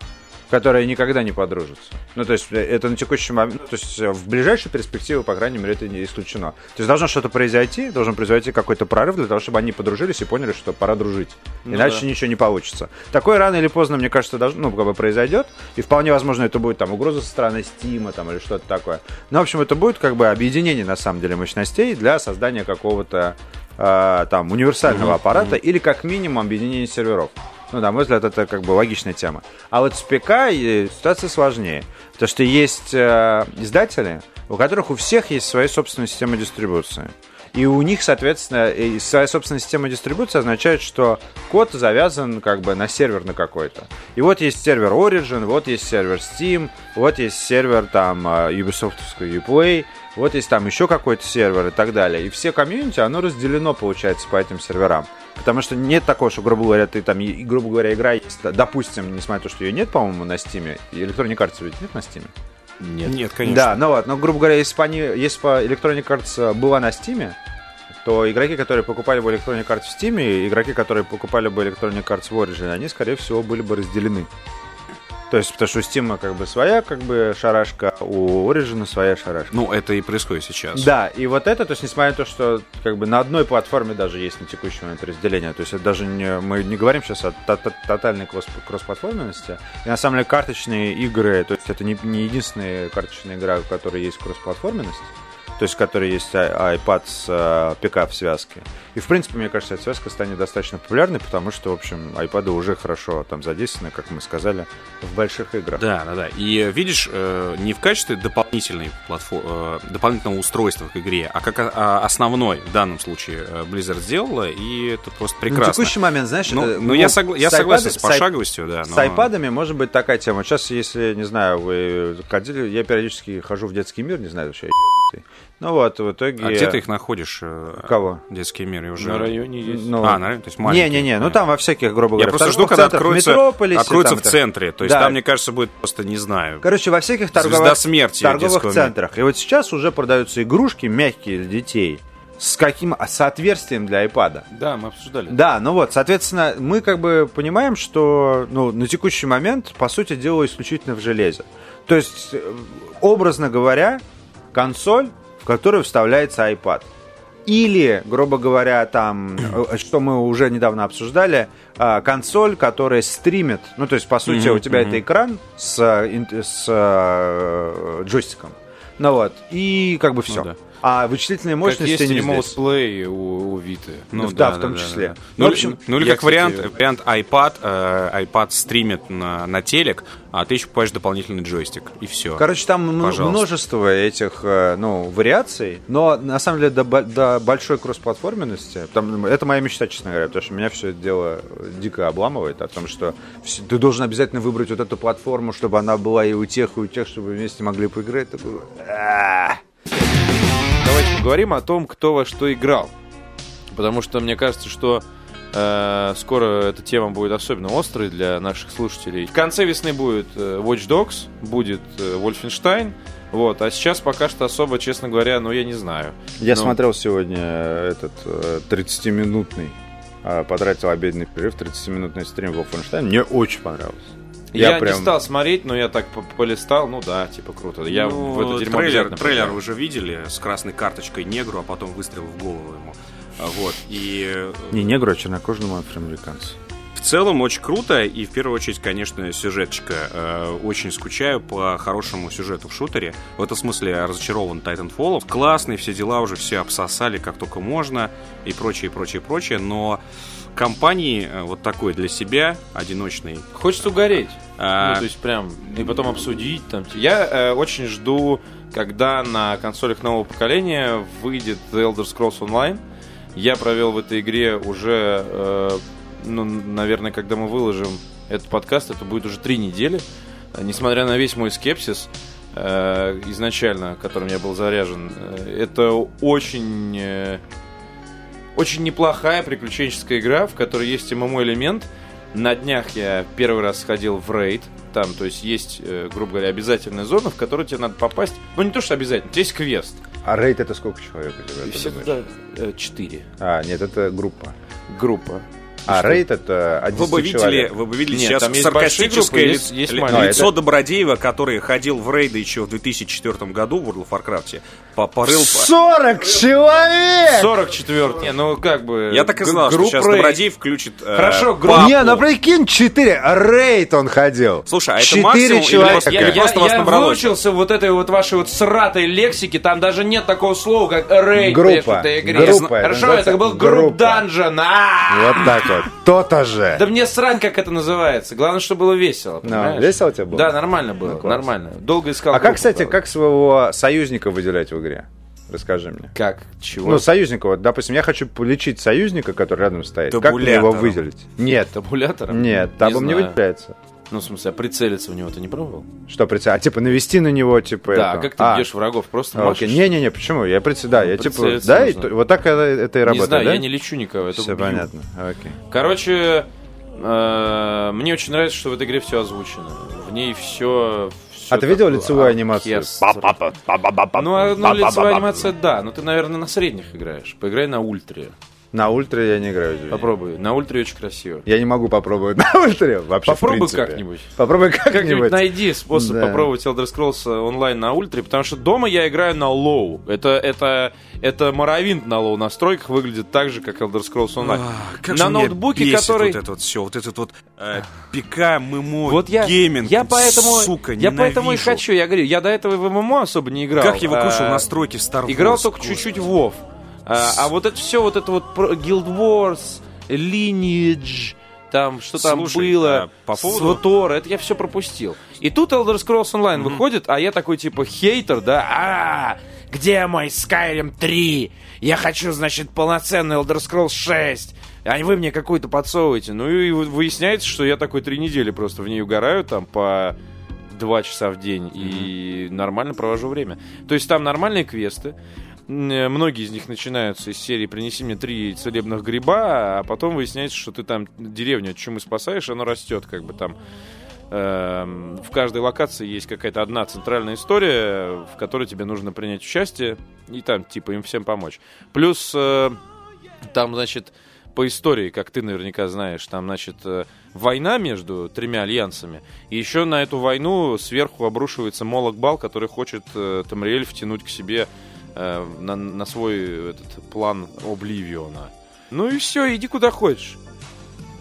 C: которые никогда не подружатся. Ну, то есть э, это на текущий момент... ну, то есть э, в ближайшей перспективе, по крайней мере, это не исключено. То есть должно что-то произойти, должен произойти какой-то прорыв для того, чтобы они подружились и поняли, что пора дружить.
D: Ну
C: Иначе
A: да.
C: ничего не получится. Такое рано или поздно, мне кажется, должно, ну, как бы произойдет. И вполне возможно, это будет там угроза со стороны Стима там или что-то такое. Ну, в общем, это будет как бы объединение, на самом деле, мощностей для создания какого-то э, там универсального аппарата или как минимум объединение серверов. Ну, на мой взгляд, это как бы логичная тема. А вот с ПК э, ситуация сложнее. Потому что есть э, издатели, у которых у всех есть свои собственные системы дистрибуции. И у них, соответственно, и своя собственная система дистрибуции означает, что код завязан как бы на сервер на какой-то. И вот есть сервер Origin, вот есть сервер Steam, вот есть сервер там э, Ubisoft Uplay, вот есть там еще какой-то сервер и так далее. И все комьюнити, оно разделено, получается, по этим серверам. Потому что нет такого, что, грубо говоря, ты там, и- грубо говоря, игра есть, допустим, несмотря на то, что ее нет, по-моему, на Steam, Electronic Arts ведь нет на Steam?
F: Нет, конечно.
C: Да, ну вот, но, грубо говоря, если бы, они, если бы Electronic Arts э, была на Steam, то игроки, которые покупали бы Electronic Arts в Steam, и игроки, которые покупали бы Electronic Arts в Origin, они, скорее всего, были бы разделены. То есть, потому что у Steam как бы своя как бы шарашка, у Origin своя шарашка.
D: Ну, это и происходит сейчас.
C: Да, и вот это, то есть, несмотря на то, что как бы на одной платформе даже есть на текущий момент разделение, то есть это даже не, мы не говорим сейчас о то- то- тотальной кросс- кроссплатформенности, и на самом деле карточные игры, то есть это не, не единственная карточная игра, у которой есть кроссплатформенность, то есть, в которой есть i- iPad с э, ПК в связке. И, в принципе, мне кажется, эта связка станет достаточно популярной, потому что, в общем, iPad уже хорошо там задействованы, как мы сказали, в больших играх.
D: Да, да, да. И э, видишь, э, не в качестве дополнительной платфо- э, дополнительного устройства к игре, а как о- а, основной в данном случае э, Blizzard сделала, и это просто
C: На
D: прекрасно.
C: Ну, текущий момент, знаешь,
D: Ну,
C: э,
D: ну, я,
C: с
D: согла- я
C: iPad-
D: согласен с
C: iP-
D: пошаговостью, да.
C: С
D: но-
C: айпадами может быть такая тема. Сейчас, если, не знаю, вы ходили, я периодически хожу в детский мир, не знаю, вообще ебанутый. Ну вот, в итоге...
D: А где ты их находишь? э,
C: Кого?
D: Детские миры уже.
A: На районе есть.
C: Ну,
D: А, наверное, то есть маленькие,
C: Не-не-не, ну
D: понятно.
C: там во всяких, грубо
D: Я
C: говоря,
D: просто жду,
C: торговых
D: когда
C: центрах,
D: откроются,
C: Метрополисе,
D: откроются
C: там
D: в
C: это-
D: центре. То есть
C: Да.
D: там, мне кажется, будет просто, не знаю,
C: Короче, во всяких торговых,
D: смерти детского
C: торговых
D: мира.
C: центрах. И вот сейчас уже продаются игрушки мягкие для детей с каким а, соответствием для айпада.
A: Да, мы обсуждали.
C: Да, ну вот, соответственно, мы как бы понимаем, что ну, на текущий момент, по сути дела, исключительно в железе. То есть, э, образно говоря, консоль, в которую вставляется iPad. Или, грубо говоря, там, э, что мы уже недавно обсуждали, а, консоль, которая стримит. Ну, то есть, по сути, у тебя это экран с, э, ин- с э, джойстиком. Ну вот, и как бы все.
D: да.
C: А вычислительные
A: Ну Как
C: мощности
A: есть
C: не
A: Remote
C: здесь.
A: Play у, у Виты.
C: Ну,
D: да,
C: да, в том числе.
D: да. Ну,
C: В
D: или-
C: общем,
D: ну или
A: я,
D: как
A: кстати,
D: вариант, вариант iPad, э, iPad стримит на, на телек, а ты еще покупаешь дополнительный джойстик, и все.
C: Короче, там мн-
D: Пожалуйста.
C: множество этих, э, ну, вариаций, но на самом деле до, бо- до большой кроссплатформенности, там, это моя мечта, честно говоря, потому что меня все это дело дико обламывает, о том, что вс- ты должен обязательно выбрать вот эту платформу, чтобы она была и у тех, и у тех, чтобы вместе могли поиграть. Такой, «А».
A: Давайте поговорим о том, кто во что играл. Потому что мне кажется, что э, скоро эта тема будет особенно острой для наших слушателей. В конце весны будет э, Watch Dogs, будет э, Wolfenstein. Вот, а сейчас пока что особо, честно говоря, ну я не знаю.
C: Я
A: Ну.
C: смотрел сегодня этот э, 30-минутный, э, потратил обеденный перерыв, 30-минутный стрим Wolfenstein, мне очень понравилось.
A: Я,
C: Я прям-
A: не стал смотреть, но я так по- полистал, ну да, типа круто. Я
D: Ну,
A: в это дерьмо
D: трейлер,
A: обязательно
D: трейлер
A: поиграю.
D: вы уже видели с красной карточкой негру, а потом выстрел в голову ему. А, Вот. И э,
C: Не негру, а чернокожему афроамериканцу.
D: в целом очень круто. И в первую очередь, конечно, сюжеточка. Э, Очень скучаю по хорошему сюжету в шутере. В этом смысле я разочарован Titanfall. Классный, все дела уже все обсосали как только можно. И прочее, прочее, прочее. Но компании э, вот такой для себя, одиночной,
A: Хочется угореть.
D: А,
A: Ну, то есть прям, и потом обсудить там. Я э, очень жду, когда на консолях нового поколения выйдет The Elder Scrolls Online. Я провел в этой игре уже, э, ну, наверное, когда мы выложим этот подкаст, это будет уже три недели. Э, Несмотря на весь мой скепсис э, изначально, которым я был заряжен, э, это очень... э, очень неплохая приключенческая игра, в которой есть ММО-элемент. На днях я первый раз сходил в рейд. Там, то есть, есть, э, грубо говоря, обязательная зона, в которую тебе надо попасть. Ну, не то, что обязательно, здесь есть квест.
C: А рейд это сколько человек у тебя? ты думаешь?
A: э, четыре.
C: А, нет, это группа.
A: Группа.
C: А рейд это один
D: Вы бы видели,
C: человек.
D: вы бы видели
A: Нет,
D: сейчас
A: там есть
D: саркастическое
A: большие группы,
D: ли-
A: есть- есть
D: ли-
A: маленькие.
D: лицо Добродеева, который ходил в рейды еще в 2004 году в World of Warcraft. По- Порыл... по-
C: 40 человек!
A: 44 Не, ну как бы...
D: Я так и
A: г-
D: знал, что
A: групп
D: сейчас
A: рейд.
D: Добродеев включит э,
A: Хорошо,
D: папу.
A: группа.
C: Не, ну прикинь, 4. Рейд он ходил.
D: Слушай, а это
C: Четыре
D: максимум или
C: человека.
D: просто,
A: Я,
D: или
A: я-
D: просто
A: я
D: вас набралось?
A: выучился вот этой вот вашей вот сратой лексики, там даже нет такого слова, как рейд
C: Группа.
A: в этой игре.
C: Группа,
A: Хорошо,
C: организация.
A: это был групп
C: Группа.
A: данжен. А!
C: Вот так вот. То-то же.
A: Да мне срань, как это называется. Главное, что было весело. понимаешь?
C: Ну, весело тебе было?
A: Да, нормально было,
C: Ну, класс.
A: нормально. Долго искал.
C: А как,
A: группу,
C: кстати,
A: правда.
C: как своего союзника выделять в игре? Расскажи мне.
A: Как? Чего?
C: Ну, союзника, вот, допустим, я хочу полечить союзника, который рядом стоит. Как мне его
G: Табулятором.
C: выделить? Нет,
A: табулятором?
C: нет,
A: там
C: табом не выделяется.
A: Ну, в смысле, а прицелиться в него ты не пробовал?
C: Что, прицел- А, типа, навести на него, типа,
A: Да, а
C: это.
A: как ты
C: А,
A: бьешь врагов? Просто
C: а,
A: машешь?
C: Окей. Не-не-не, почему? Я прицел, да, я типа,
A: прицелиться
C: да, и
A: нужно.
C: то- вот так это, это и
A: Не
C: работает,
A: знаю,
C: да?
A: я не лечу никого, я только
C: Все
A: бью.
C: понятно, окей.
A: Короче, э, мне очень нравится, что в этой игре все озвучено. В ней все...
C: А ты видел лицевую анимацию?
A: Ну, а, ну, лицевая анимация, да, но ты, наверное, на средних играешь. Поиграй на ультре.
C: На ультре я не играю. извини.
A: Попробуй. На ультре очень красиво.
C: Я не могу попробовать на ультре вообще, в
A: Попробуй
C: принципе.
A: как-нибудь.
C: Попробуй
A: Как-нибудь
C: как-нибудь.
A: найди способ
C: Да.
A: попробовать Elder Scrolls онлайн на ультре, потому что дома я играю на лоу. Это, это, это Моровинт на лоу настройках выглядит так же, как Elder Scrolls онлайн.
D: Ах, А, как
A: на
D: же меня
A: ноутбуке,
D: бесит
A: который...
D: вот это вот все, вот этот вот э, ПК, ММО,
A: Вот я,
D: гейминг,
A: я поэтому,
D: сука,
A: я поэтому и
D: ненавижу.
A: хочу, я говорю, я до этого в ММО особо не играл.
D: Как я выключил
A: А,
D: настройки в Star Wars?
A: Играл только
D: Господи.
A: чуть-чуть в WoW. А, а вот это все, вот это вот про- Guild Wars, Lineage, там что там
D: Слушай,
A: было,
D: а по поводу-
A: SWTOR, это я все пропустил. И тут Elder Scrolls Online выходит, а я такой типа хейтер, да, а где мой Skyrim 3? Я хочу, значит, полноценный Elder Scrolls 6. А вы мне какую-то подсовываете. Ну и вы- выясняется, что я такой три недели просто в ней угораю там по два часа в день и нормально провожу время. То есть там нормальные квесты. М, э, Многие из них начинаются из серии «Принеси мне три целебных гриба», а потом выясняется, что ты там деревню от чумы спасаешь, и она растет как бы там. Эм, В каждой локации есть какая-то одна центральная история, в которой тебе нужно принять участие и там типа им всем помочь. Плюс э, там, значит, по истории, как ты наверняка знаешь, там, значит, э, война между тремя альянсами. И еще на эту войну сверху обрушивается Молок Бал, который хочет э, Тамриэль втянуть к себе э, на, на свой этот план Обливиона. Ну и все, иди куда хочешь.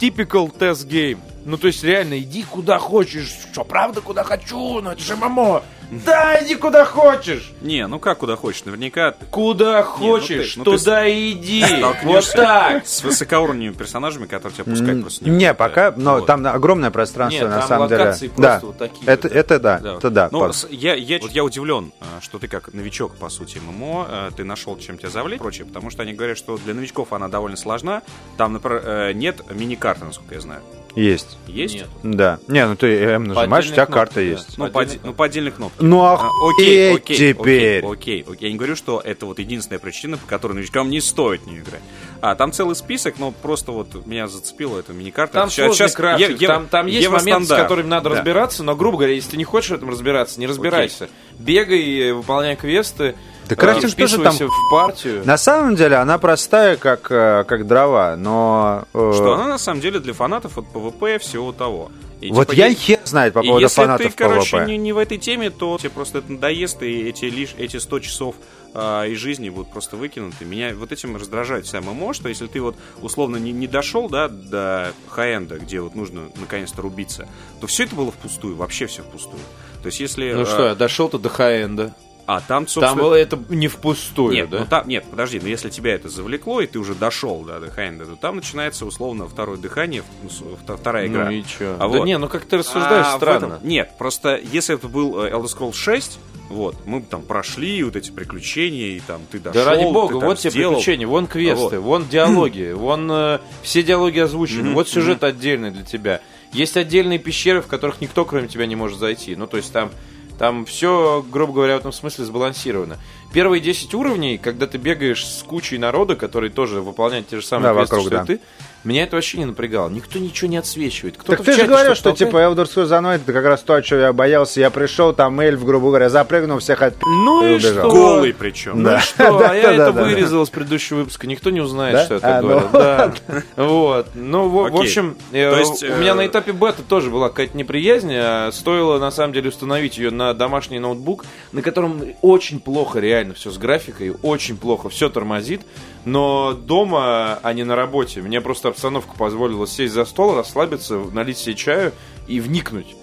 A: Typical тест гейм. Ну, то есть, реально, иди куда хочешь. Что, правда, куда хочу? Ну, это же ММО. Да, иди куда хочешь.
D: Не, ну как куда хочешь, наверняка
A: Куда
D: ну ты-
A: хочешь,
D: ну ты
A: туда и [laughs] иди.
D: [laughs]
A: Вот
D: столкнешься
A: так.
D: с высокоуровневыми персонажами, которые тебя пускать просто не
C: Не,
D: будут, да.
C: пока, но
D: Вот.
C: там огромное пространство,
A: Нет,
C: на
A: там
C: самом деле.
A: локации просто
C: Да,
A: вот такие.
C: это это да,
D: Да.
C: это да.
D: Ну,
C: пап.
D: с- я, я, вот я удивлен, э, что ты как новичок, по сути, ММО, э, ты нашел чем тебя завлечь и прочее, потому что они говорят, что для новичков она довольно сложна. Там, например, э, нет мини-карты, насколько я знаю.
C: Есть.
D: Есть?
A: Нет.
C: Да. Не, ну ты М нажимаешь, у
A: Поддельная
C: тебя
A: кнопка,
C: карта
A: да.
C: есть.
D: Ну, по, отде- ну, по отдельной кнопке.
C: Ну
D: А,
C: ах,
D: окей, окей,
C: теперь.
D: окей, окей, окей. Я не говорю, что это вот единственная причина, по которой новичкам не стоит не играть. А там целый список, но просто вот меня зацепила эта мини-карта.
A: Там
D: Щас-
A: сложный
D: щас
A: крафтинг,
D: Ев- Ев-
A: там, там есть моменты, с
D: Евростандарт.
A: которыми надо
D: Да.
A: разбираться, но, грубо говоря, если ты не хочешь в этом разбираться, не разбирайся. Бегай, э, выполняй квесты,
C: Да
A: э,
C: крафтинг тоже там-
A: вписывайся в партию.
C: На самом деле она простая, как, э, как дрова, но... э,
D: Что она на самом деле для фанатов от ПВП всего того. И,
C: Вот
D: типа,
C: я
D: е-
C: хер знает по
D: и
C: поводу
D: если ты,
C: фанатов
D: короче,
C: PvP.
D: Не, не в этой теме, то тебе просто это надоест, и эти, лишь, эти 100 часов а, из жизни будут просто выкинуты. Меня вот этим раздражает вся ММО, что если ты вот условно не, не дошел да, до хай-энда, где вот нужно наконец-то рубиться, то все это было впустую, вообще все впустую. То есть если...
A: Ну
D: а,
A: что, я дошел-то до хай-энда.
D: А там, собственно...
A: Там было это не впустую,
D: Нет,
A: да?
D: ну там, нет, подожди, но если тебя это завлекло, и ты уже дошел да, до хай-энда, то там начинается условно второе дыхание, ну, с- вта- вторая игра.
A: Ну и чё?
D: А
A: да
D: вот.
A: не, ну как ты рассуждаешь,
D: А, в
A: странно.
D: этом- нет, просто если это был э, Elder Scrolls 6, вот, мы бы там прошли вот эти приключения, и там ты дошел,
A: Да ради бога,
D: ты там
A: вот тебе
D: сделал.
A: приключения, вон квесты, вон
C: [clears throat]
A: диалоги, вон э, все диалоги озвучены, вот сюжет отдельный для тебя. Есть отдельные пещеры, в которых никто, кроме тебя, не может зайти. Ну, то есть там, там все, грубо говоря, в этом смысле сбалансировано. Первые 10 уровней, когда ты бегаешь с кучей народа, который тоже выполняет те же самые
C: Да,
A: квесты,
C: вокруг,
A: что и
C: да.
A: ты, меня это вообще не напрягало. Никто ничего не отсвечивает. Кто-то
C: Так
A: в
C: ты же
A: чате
C: говорил, что
A: что-то
C: типа
A: толкает.
C: Elder Scrolls Online это как раз то, чего я боялся. Я пришел, там эльф, грубо говоря, запрыгнул всех от...
A: Ну и что?
C: убежал.
D: Голый причем.
C: Да.
A: Что?
C: [laughs] Да,
A: а я
C: да,
A: это
C: да, да.
A: вырезал с предыдущего выпуска. Никто не узнает,
C: Да?
A: что я так
C: А, ну
A: говорил. Да. [laughs] Вот. Ну, в, в
D: Окей.
A: общем, э,
D: То есть,
A: у
D: э,
A: меня на этапе бета тоже была какая-то неприязнь. а Стоило, на самом деле, установить ее на домашний ноутбук, на котором очень плохо реально все с графикой, очень плохо, все тормозит. Но дома, а не на работе, мне просто обстановка позволила сесть за стол, расслабиться, налить себе чаю и вникнуть.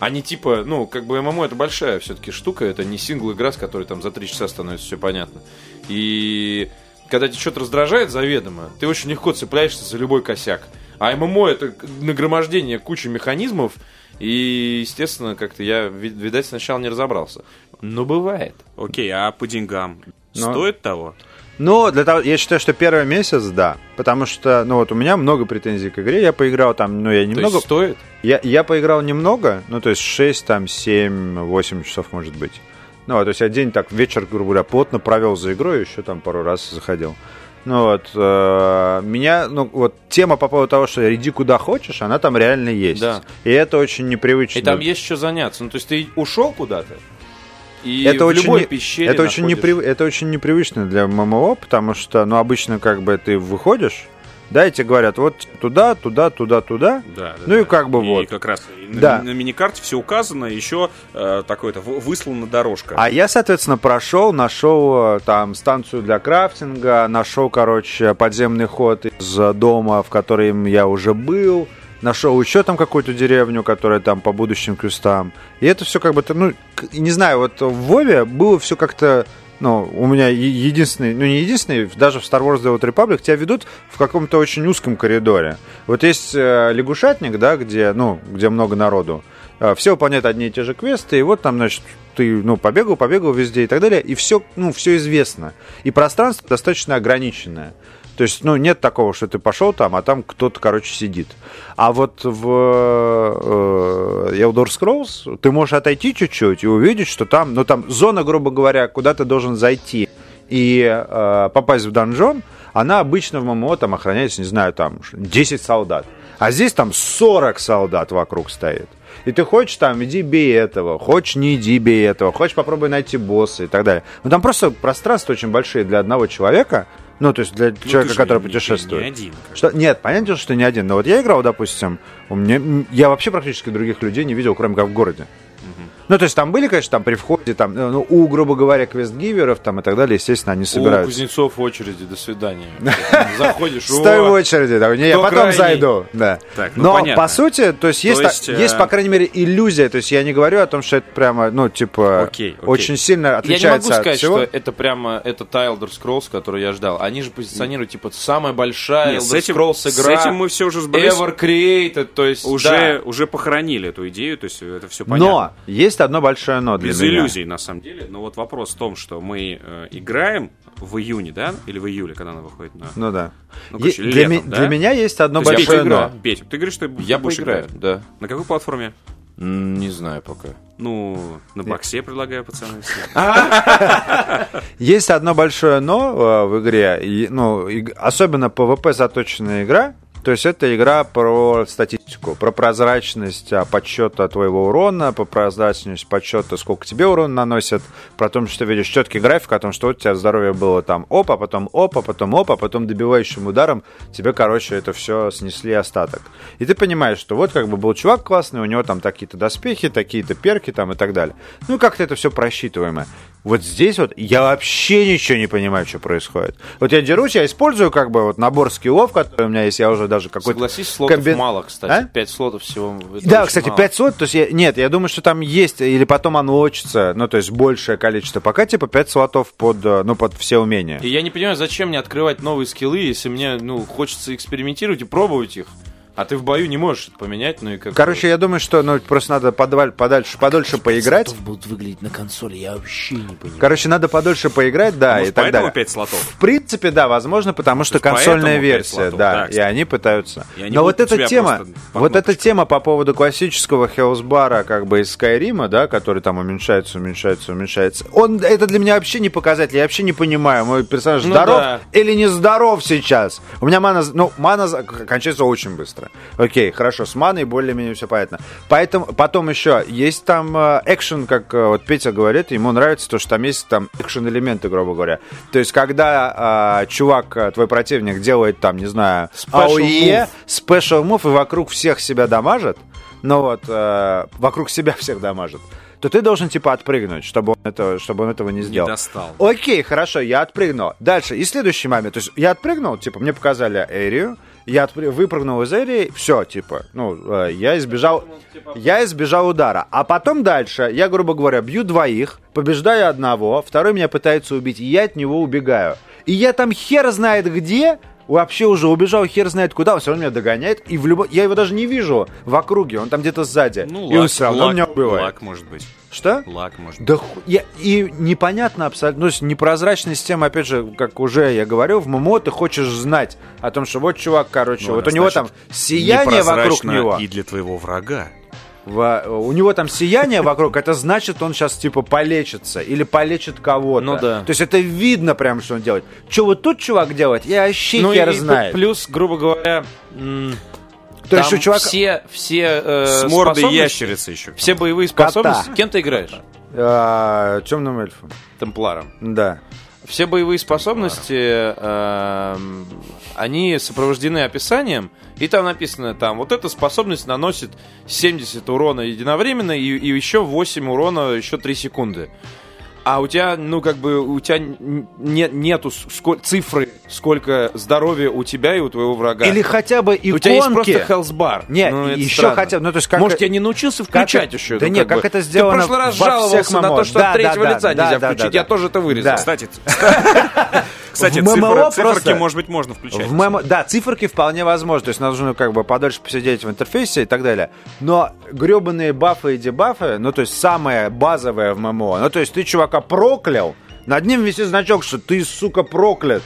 A: А не типа, ну, как бы ММО это большая все-таки штука, это не сингл игра, с которой там за три часа становится все понятно. И когда тебя что-то раздражает заведомо, ты очень легко цепляешься за любой косяк. А ММО это к- нагромождение кучи механизмов, и, естественно, как-то я, ви- видать, сначала не разобрался. Но бывает.
D: Окей, а по деньгам?
C: Но-
D: Стоит того?
C: Ну, для того, я считаю, что первый месяц, да. Потому что, ну вот у меня много претензий к игре. Я поиграл там, ну я
A: То
C: немного...
A: есть стоит?
C: Я, я поиграл немного, ну то есть 6, там 7, 8 часов может быть. Ну, вот, то есть я день так, вечер, грубо говоря, плотно провел за игрой, еще там пару раз заходил. Ну вот, э, меня, ну вот тема по поводу того, что иди куда хочешь, она там реально есть.
A: Да.
C: И это очень непривычно.
A: И там есть что заняться. Ну, то есть ты ушел куда-то, и
C: это
A: в
C: очень,
A: любой
C: не-
A: пещере
C: это очень,
A: находишься.
C: непри- это очень непривычно для ММО, потому что, ну, обычно как бы ты выходишь, да, и тебе говорят, вот туда, туда, туда, туда.
D: Да, да,
C: Ну и
D: да.
C: как бы
D: И
C: вот.
D: как раз и на-
C: Да.
D: на, миникарте все указано, еще такой-то в- выслана дорожка.
C: А я, соответственно, прошел, нашел э, там станцию для крафтинга, нашел, короче, подземный ход из э, дома, в котором я уже был, нашел еще там какую-то деревню, которая там по будущим квестам. И это все как бы, то, ну, к- не знаю, вот в Вове было все как-то ну, у меня е- единственный, ну не единственный, даже в Star Wars The Old Republic тебя ведут в каком-то очень узком коридоре. Вот есть э, лягушатник, да, где, ну, где много народу. Э, все выполняют одни и те же квесты, и вот там, значит, ты, ну, побегал, побегал везде и так далее, и все, ну, все известно. И пространство достаточно ограниченное. То есть, ну, нет такого, что ты пошел там, а там кто-то, короче, сидит. А вот в э, Elder Scrolls ты можешь отойти чуть-чуть и увидеть, что там, ну, там зона, грубо говоря, куда ты должен зайти и э, попасть в донжон, она обычно в ММО там охраняется, не знаю, там ш- 10 солдат. А здесь там 40 солдат вокруг стоит. И ты хочешь там, иди бей этого, хочешь не иди бей этого, хочешь попробуй найти босса и так далее. Ну там просто пространства очень большие для одного человека, ну то есть для
D: Ну,
C: человека,
D: ты ж
C: который
D: не- не-
C: путешествует.
D: не один, как бы.
C: Что? Нет, понятно, что не один. Но вот я играл, допустим, у меня, м, я вообще практически других людей не видел, кроме как в городе. Ну, то есть там были, конечно, там при входе, там, э, ну, у, грубо говоря, квестгиверов там и так далее, естественно, они
A: У
C: собираются.
A: кузнецов в очереди, до
C: [laughs]
A: свидания. Заходишь,
C: Стой в
A: о,
C: очереди, да, не, я
A: Кто
C: потом
A: крайний?
C: зайду. Да.
D: Так, ну,
C: Но
D: понятно.
C: по сути, то есть, есть, та-
D: есть, э,
C: есть, по крайней мере, иллюзия. То есть я не говорю о том, что это прямо, ну, типа,
D: Окей, окей.
C: очень сильно
A: Я не могу
C: отличается от
A: сказать,
C: всего.
A: что это прямо это та Elder Scrolls, которую я ждал. Они же позиционируют, типа, самая большая
D: Нет,
A: Elder
D: с, этим,
A: Scrolls
D: с
A: игра.
D: этим мы все уже сбросили.
A: Ever created, то есть
D: Уже,
A: да.
D: уже похоронили эту идею, то есть это все понятно.
C: Но есть одно большое но для
D: Без
C: меня.
D: иллюзий, на самом деле. Но вот вопрос в том, что мы э, играем в июне, да? Или в июле, когда она выходит на...
C: Ну да.
D: Ну,
C: Е-
D: короче,
C: для,
D: летом,
C: ми-
D: да?
C: для меня есть одно
D: То есть я
C: большое но.
D: поиграю. Петь, ты говоришь, что ты
A: Я
D: будешь
A: поиграю,
D: играть.
A: да.
D: На какой платформе?
A: М, Не знаю пока.
D: Ну, на боксе предлагаю, пацаны. все.
C: А, Есть одно большое но э, в игре, и, ну, и- особенно PvP заточенная игра. То есть это игра про статистику, про прозрачность а, подсчета твоего урона, про прозрачность подсчета, сколько тебе урон наносят, про то, что ты видишь четкий график о том, что у тебя здоровье было там опа, потом опа, потом опа, потом добивающим ударом тебе, короче, это все снесли остаток. И ты понимаешь, что вот как бы был чувак классный, у него там такие-то доспехи, такие-то перки там и так далее. Ну и как-то это все просчитываемо. Вот здесь вот я вообще ничего не понимаю, что происходит. Вот я дерусь, я использую как бы вот набор скиллов, который у меня есть, я уже даже какой-то...
A: Согласись, слотов
C: комби-
A: мало, кстати.
C: А?
A: Пять слотов всего. это
C: Да,
A: очень
C: кстати,
A: мало.
C: 500, то есть, я- нет, я думаю, что там есть, или потом анлочится, ну, то есть, большее количество. Пока, типа, 5 слотов под, э, ну, под все умения.
A: И я не понимаю, зачем мне открывать новые скиллы, если мне, ну, хочется экспериментировать и пробовать их. А ты в бою не можешь это поменять, ну и как...
C: Короче, я думаю, что, ну, просто надо подваль- подальше, подольше поиграть.
H: будут выглядеть на консоли, я вообще не понимаю.
C: Короче, надо подольше поиграть, да,
D: Может,
C: и так
D: поэтому
C: далее.
D: 5 слотов?
C: В принципе, да, возможно, потому что
D: есть поэтому
C: консольная
D: пять
C: версия,
D: слотов, да,
C: да, и
D: кстати.
C: они пытаются.
D: И они
C: Но
D: будут
C: вот
D: у
C: эта
D: тебя
C: тема,
D: просто по
C: вот эта
D: кнопочкам.
C: тема по поводу классического Хелсбара, как бы из Скайрима, да, который там уменьшается, уменьшается, уменьшается. Он, это для меня вообще не показатель, я вообще не понимаю, мой персонаж
A: Ну
C: здоров
A: да.
C: или не здоров сейчас. У меня мана, з- ну, мана за- к- кончается очень быстро. Окей, хорошо, с маной более-менее все понятно. Поэтому, потом еще, есть там э, экшен, как э, вот Петя говорит, ему нравится то, что там есть там экшен-элементы, грубо говоря. То есть, когда э, чувак, э, твой противник, делает там, не знаю,
A: Special move.
C: АОЕ, спешл мув и вокруг всех себя дамажит, ну вот, э, вокруг себя всех дамажит, то ты должен типа отпрыгнуть, чтобы он, это, чтобы он этого не
D: Не
C: сделал.
D: достал.
C: Окей, хорошо, я отпрыгнул. Дальше. И следующий момент. То есть я отпрыгнул, типа, мне показали эрию. Я отпры- выпрыгнул из эрии, все, типа, ну, э, я избежал, я избежал удара. А потом дальше, я, грубо говоря, бью двоих, побеждаю одного, второй меня пытается убить, и я от него убегаю. И я там хер знает где, вообще уже убежал хер знает куда, он все равно меня догоняет, и в любо... я его даже не вижу в округе, он там где-то сзади,
B: Ну,
C: и он
B: лак-
C: все равно
B: лак-
C: меня убивает.
B: Лак, может быть.
C: Что?
B: Лак, может быть.
C: Да ху- я- и непонятно абсолютно, ну, то есть непрозрачная система, опять же, как уже я говорю, в ММО ты хочешь знать о том, что вот чувак, короче,
B: Ну,
C: вот
B: это
C: у него там
B: значит,
C: сияние вокруг
B: Непрозрачно
C: него.
B: И для твоего врага.
C: Во- у него там сияние вокруг, это значит, он сейчас типа полечится или полечит кого-то.
A: Ну да.
C: То есть это видно прям, что он делает. Че вот тут чувак делает, я вообще
A: Ну, и-
C: хер
A: и
C: знает.
A: плюс, грубо говоря, м,
C: То есть
A: там
C: у чувака...
A: все, все э,
B: С мордой
A: способности,
B: ящерицы еще.
A: Все боевые
C: Кота.
A: способности. Кем ты играешь?
C: А, темным эльфом.
A: Темпларом.
C: Да.
A: Все боевые способности, эм, они сопровождены описанием, и там написано, там, вот эта способность наносит 70 урона единовременно и, и еще 8 урона еще 3 секунды. А у тебя, ну, как бы, у тебя н- нет, нету с- сколь- цифры, сколько здоровья у тебя и у твоего врага.
C: Или хотя бы иконки.
A: у тебя есть просто хелсбар.
C: Не,
A: Ну, это
C: еще
A: странно.
C: хотя бы, ну то есть как...
A: Может, я не научился включать еще?
C: Да
A: ну,
C: нет,
A: как
C: как
A: бы.
C: это
A: Ты
C: сделано
A: в прошлый раз
C: во всех
A: жаловался на то,
C: ММО.
A: что
C: Да,
A: от третьего
C: да,
A: лица
C: да,
A: нельзя
C: да,
A: включить.
C: да,
A: я
C: да.
A: тоже это вырезал.
C: Да. [laughs]
B: Кстати, кстати,
C: В ММО
B: цифры- циферки,
C: просто-
B: может быть, можно включать.
C: В ММО да, циферки вполне возможно. То есть нужно как бы подольше посидеть в интерфейсе и так далее. Но гребаные бафы и дебафы, ну то есть самое базовое в ММО, ну то есть ты чувака проклял, над ним висит значок, что ты, сука, проклят.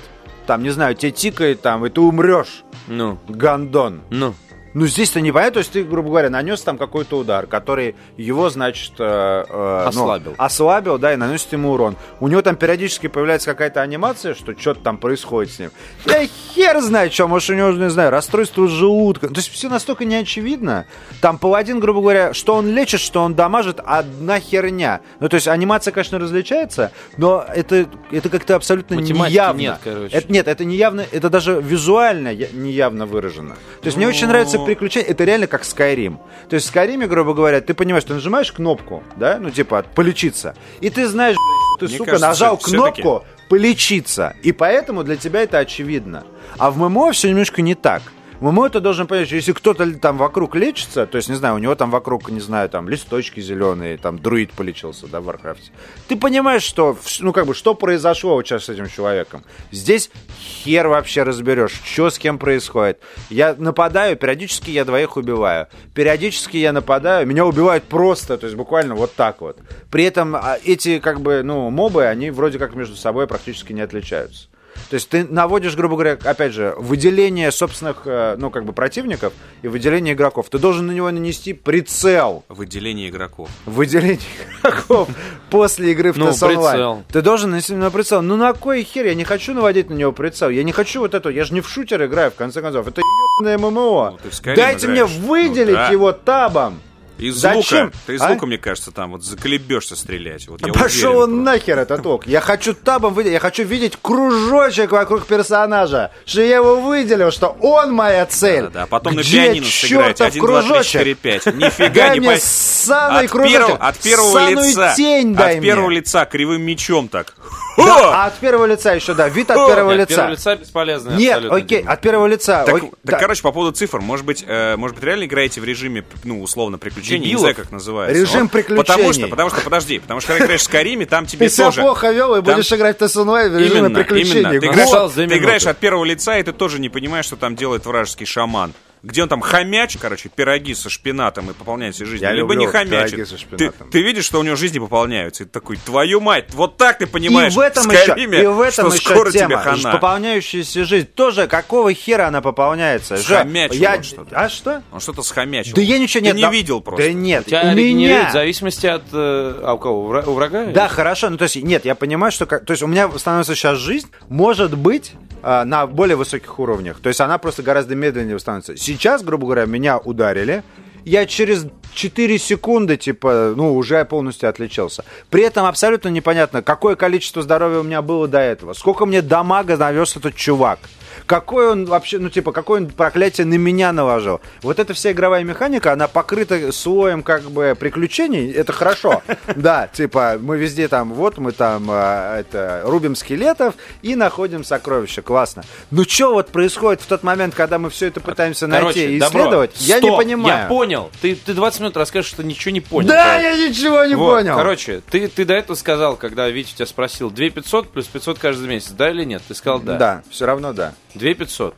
C: Там, не знаю, тебе тикает там, и ты умрешь,
A: Ну,
C: гандон.
A: ну.
C: Ну здесь-то непонятно, то есть ты, грубо говоря, нанес там какой-то удар, который его, значит, э, э, ну,
A: Ослабил.
C: ослабил, да, и наносит ему урон. У него там периодически появляется какая-то анимация, что что-то там происходит с ним. Я хер знает, что, может, у него, не знаю, расстройство желудка. То есть все настолько неочевидно. Там паладин, грубо говоря, что он лечит, что он дамажит, одна херня. Ну, то есть анимация, конечно, различается, но это, это как-то абсолютно
A: Математики
C: неявно.
A: нет, короче.
C: Это- нет, это неявно, это даже визуально я- неявно выражено. То есть мне очень нравится
B: Ну.
C: приключение, это реально как Skyrim. То есть в Skyrim, грубо говоря, ты понимаешь, ты нажимаешь кнопку, да, ну типа от- полечиться, и ты знаешь, блядь, ты,
B: Мне
C: сука,
B: кажется,
C: нажал
B: всё-таки-
C: кнопку полечиться, и поэтому для тебя это очевидно. А в ММО все немножко не так. В ММО ты должен понять, что если кто-то л- там вокруг лечится, то есть, не знаю, у него там вокруг, не знаю, там листочки зеленые, там друид полечился, да, в Варкрафте. Ты понимаешь, что, вс- ну, как бы, что произошло сейчас с этим человеком. Здесь хер вообще разберешь, что с кем происходит. Я нападаю, периодически я двоих убиваю. Периодически я нападаю, меня убивают просто, то есть буквально вот так вот. При этом а, эти, как бы, ну, мобы, они вроде как между собой практически не отличаются. То есть ты наводишь, грубо говоря, опять же, выделение собственных, э, ну, как бы, противников и выделение игроков. Ты должен на него нанести прицел
B: Выделение игроков.
C: выделение игроков после игры в
A: Ну,
C: TES Online.
A: прицел.
C: Ты должен нанести на него прицел. Ну на кой хер? Я не хочу наводить на него прицел. Я не хочу вот эту. Я же не в шутер играю, в конце концов. Это ебаное ММО.
B: Ну, ты в Skyrim
C: Дайте
B: играешь.
C: мне выделить
B: Ну, да.
C: его табом.
B: Из
C: Зачем?
B: лука. Ты из
C: А?
B: лука, мне кажется, там вот заколебешься стрелять. Вот я
C: Пошел
B: уверен просто.
C: он нахер этот ок. Я хочу табом выделить. Я хочу видеть кружочек вокруг персонажа. Что я его выделил, что он моя цель.
B: Да-да-да, а потом на
C: Где
B: пианино
C: чертов
B: сыграть. 1, 2, 3,
C: кружочек?
B: 4, 5. Нифига
C: Дай
B: не
C: мне
B: пой-
C: ссаный
B: от
C: кружочек.
B: первого, от первого
C: Ссаную
B: лица.
C: тень дай
B: от первого
C: мне.
B: лица кривым мечом так.
C: Да,
B: Хо!
C: а от первого лица еще, да, вид от первого
A: Нет,
C: лица.
A: первого лица бесполезно.
C: Нет, окей, от первого лица.
B: Так,
C: Ой,
B: так,
C: да.
B: короче, по поводу цифр, может быть, э, может быть, реально играете в режиме, ну, условно, приключений, не
A: Дебилов.
B: знаю, как называется.
C: Режим
B: Вот. Потому
C: приключений.
B: что, потому что, подожди, потому что когда играешь в Скайриме,
C: [laughs]
B: там тебе
C: Ты себя
B: тоже...
C: плохо вел и
B: там-
C: будешь играть в Тесунуэ в режиме
B: Именно, именно.
C: приключений.
B: Ты
C: Вот.
B: играешь,
A: Осталось две
B: ты
A: минуты.
B: играешь от первого лица, и ты тоже не понимаешь, что там делает вражеский шаман. Где он там хомяч, короче, пироги со шпинатом и пополняет себе жизнь.
C: Я
B: Либо
C: люблю
B: не хомячит.
C: пироги со
B: ты,
C: шпинатом.
B: ты видишь, что у него жизни пополняются. И ты такой, твою мать, вот так ты понимаешь.
C: и в этом еще,
B: Скайриме,
C: и в этом
B: что
C: еще
B: скоро тебе
C: тема. а-
B: хана.
C: Пополняющаяся жизнь. Тоже какого хера она пополняется? Же-
B: Хомячил
C: я...
B: он что-то.
C: А что?
B: Он что-то схомячил.
C: Да я ничего
B: Ты
C: нет.
B: не
C: да-
B: видел просто.
C: Да нет,
A: Тебя
C: у
A: регенерирует
C: меня.
A: в зависимости от... э, а у кого? У вра- у врага?
C: Да, хорошо. Ну, то есть, нет, я понимаю, что... как- То есть, у меня становится сейчас жизнь, может быть, а, на более высоких уровнях. То есть, она просто гораздо медленнее становится. Сейчас, грубо говоря, меня ударили. Я через 4 секунды, типа, ну, уже полностью отличился. При этом абсолютно непонятно, какое количество здоровья у меня было до этого. Сколько мне дамага навез этот чувак. Какой он вообще, ну, типа, какое он проклятие на меня наложил. Вот эта вся игровая механика, она покрыта слоем, как бы, приключений. Это хорошо.
A: [laughs]
C: Да, типа, мы везде там, вот мы там, а, это, рубим скелетов и находим сокровища. Классно. Ну, что вот происходит в тот момент, когда мы все это пытаемся найти и
A: добро.
C: исследовать? Я не
A: Стоп, Я
C: понимаю.
A: понял. Ты, ты 20 минут расскажешь, что ничего не понял.
C: Да, я ничего не
A: Вот,
C: понял.
A: Короче, ты, ты до этого сказал, когда Витя тебя спросил, 2500 плюс 500 каждый месяц, да или нет? Ты сказал да.
C: Да, все равно да.
A: 2500.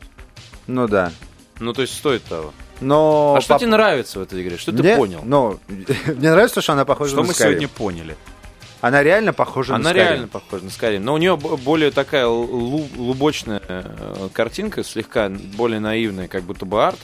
C: Ну да.
A: Ну, то есть стоит того.
C: Но...
A: а что
C: поп-
A: тебе нравится в этой игре? Что
C: Мне-
A: ты понял?
C: Ну, [laughs] мне нравится, что она похожа
B: Что
C: на
B: мы
C: Skyrim.
B: сегодня поняли?
C: Она реально похожа на
A: Она
C: Skyrim.
A: реально похожа на Skyrim. Но у нее б- более такая лу- лубочная э, картинка, слегка н- более наивная, как будто бы арт.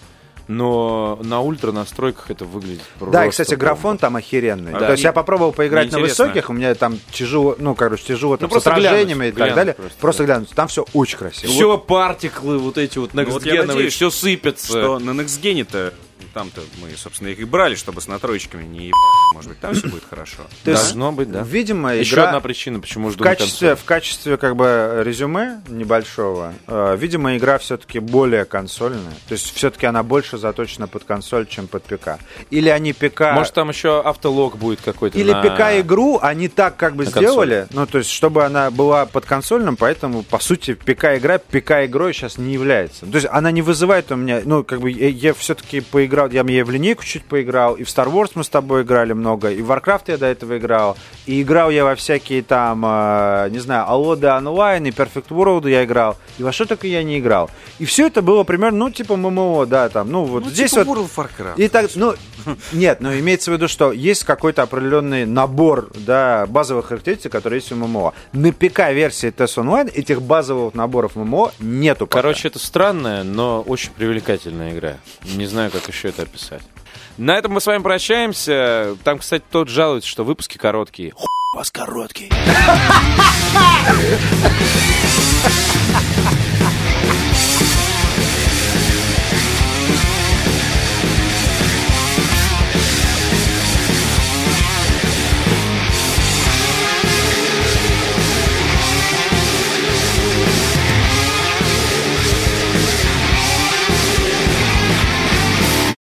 A: Но на ультра настройках это выглядит просто.
C: Да, и, кстати,
A: бомба.
C: графон там охеренный.
A: Да.
C: То есть
A: И-
C: я попробовал поиграть на
B: неинтересно.
C: высоких, у меня там тяжело, ну, короче, тяжело там,
A: Ну,
C: с
A: просто
C: отражениями и
A: глянуть,
C: так
A: глянуть
C: далее.
A: просто,
C: Просто глянуть. Там все очень красиво.
A: Все партиклы, вот эти вот
B: Ну, вот я
A: некстгеновые,
B: надеюсь,
A: все сыпется.
B: Что на Next Gen-то ну, там-то мы, собственно, их и брали, чтобы с натроечками не еб- Может быть, там все будет хорошо.
C: То есть,
A: Должно быть, да.
C: Видимо,
A: Еще
C: игра
A: одна причина, почему
C: в
A: жду на
C: качестве,
A: консоль.
C: в качестве как бы резюме небольшого, э, видимо, игра все-таки более консольная. То есть все-таки она больше заточена под консоль, чем под ПК. Или они ПК...
A: Может, там еще автолог будет какой-то.
C: Или
A: на-
C: ПК-игру они так как бы
A: на
C: сделали, ну, то есть, чтобы она была под консольным, поэтому, по сути, ПК-игра ПК-игрой сейчас не является. То есть, она не вызывает у меня, ну, как бы, я, все-таки поиграл, я, я в линейку чуть поиграл, и в Star Wars мы с тобой играли много, и в Warcraft я до этого играл, и играл я во всякие там, э, не знаю, Алода онлайн, и Perfect World я играл, и во что только я не играл. И все это было примерно, ну, типа ММО, да, там, ну, вот здесь
D: типа
B: типа
C: вот... И так, ну, нет, но имеется в виду, что есть какой-то определенный набор, да, базовых характеристик, которые есть у ММО. На ПК-версии TES Online этих базовых наборов ММО нету пока.
A: Короче, это странная, но очень привлекательная игра. Не знаю, как еще это описать. На этом мы с вами прощаемся. Там, кстати, тот жалуется, что выпуски короткие.
H: У вас короткий.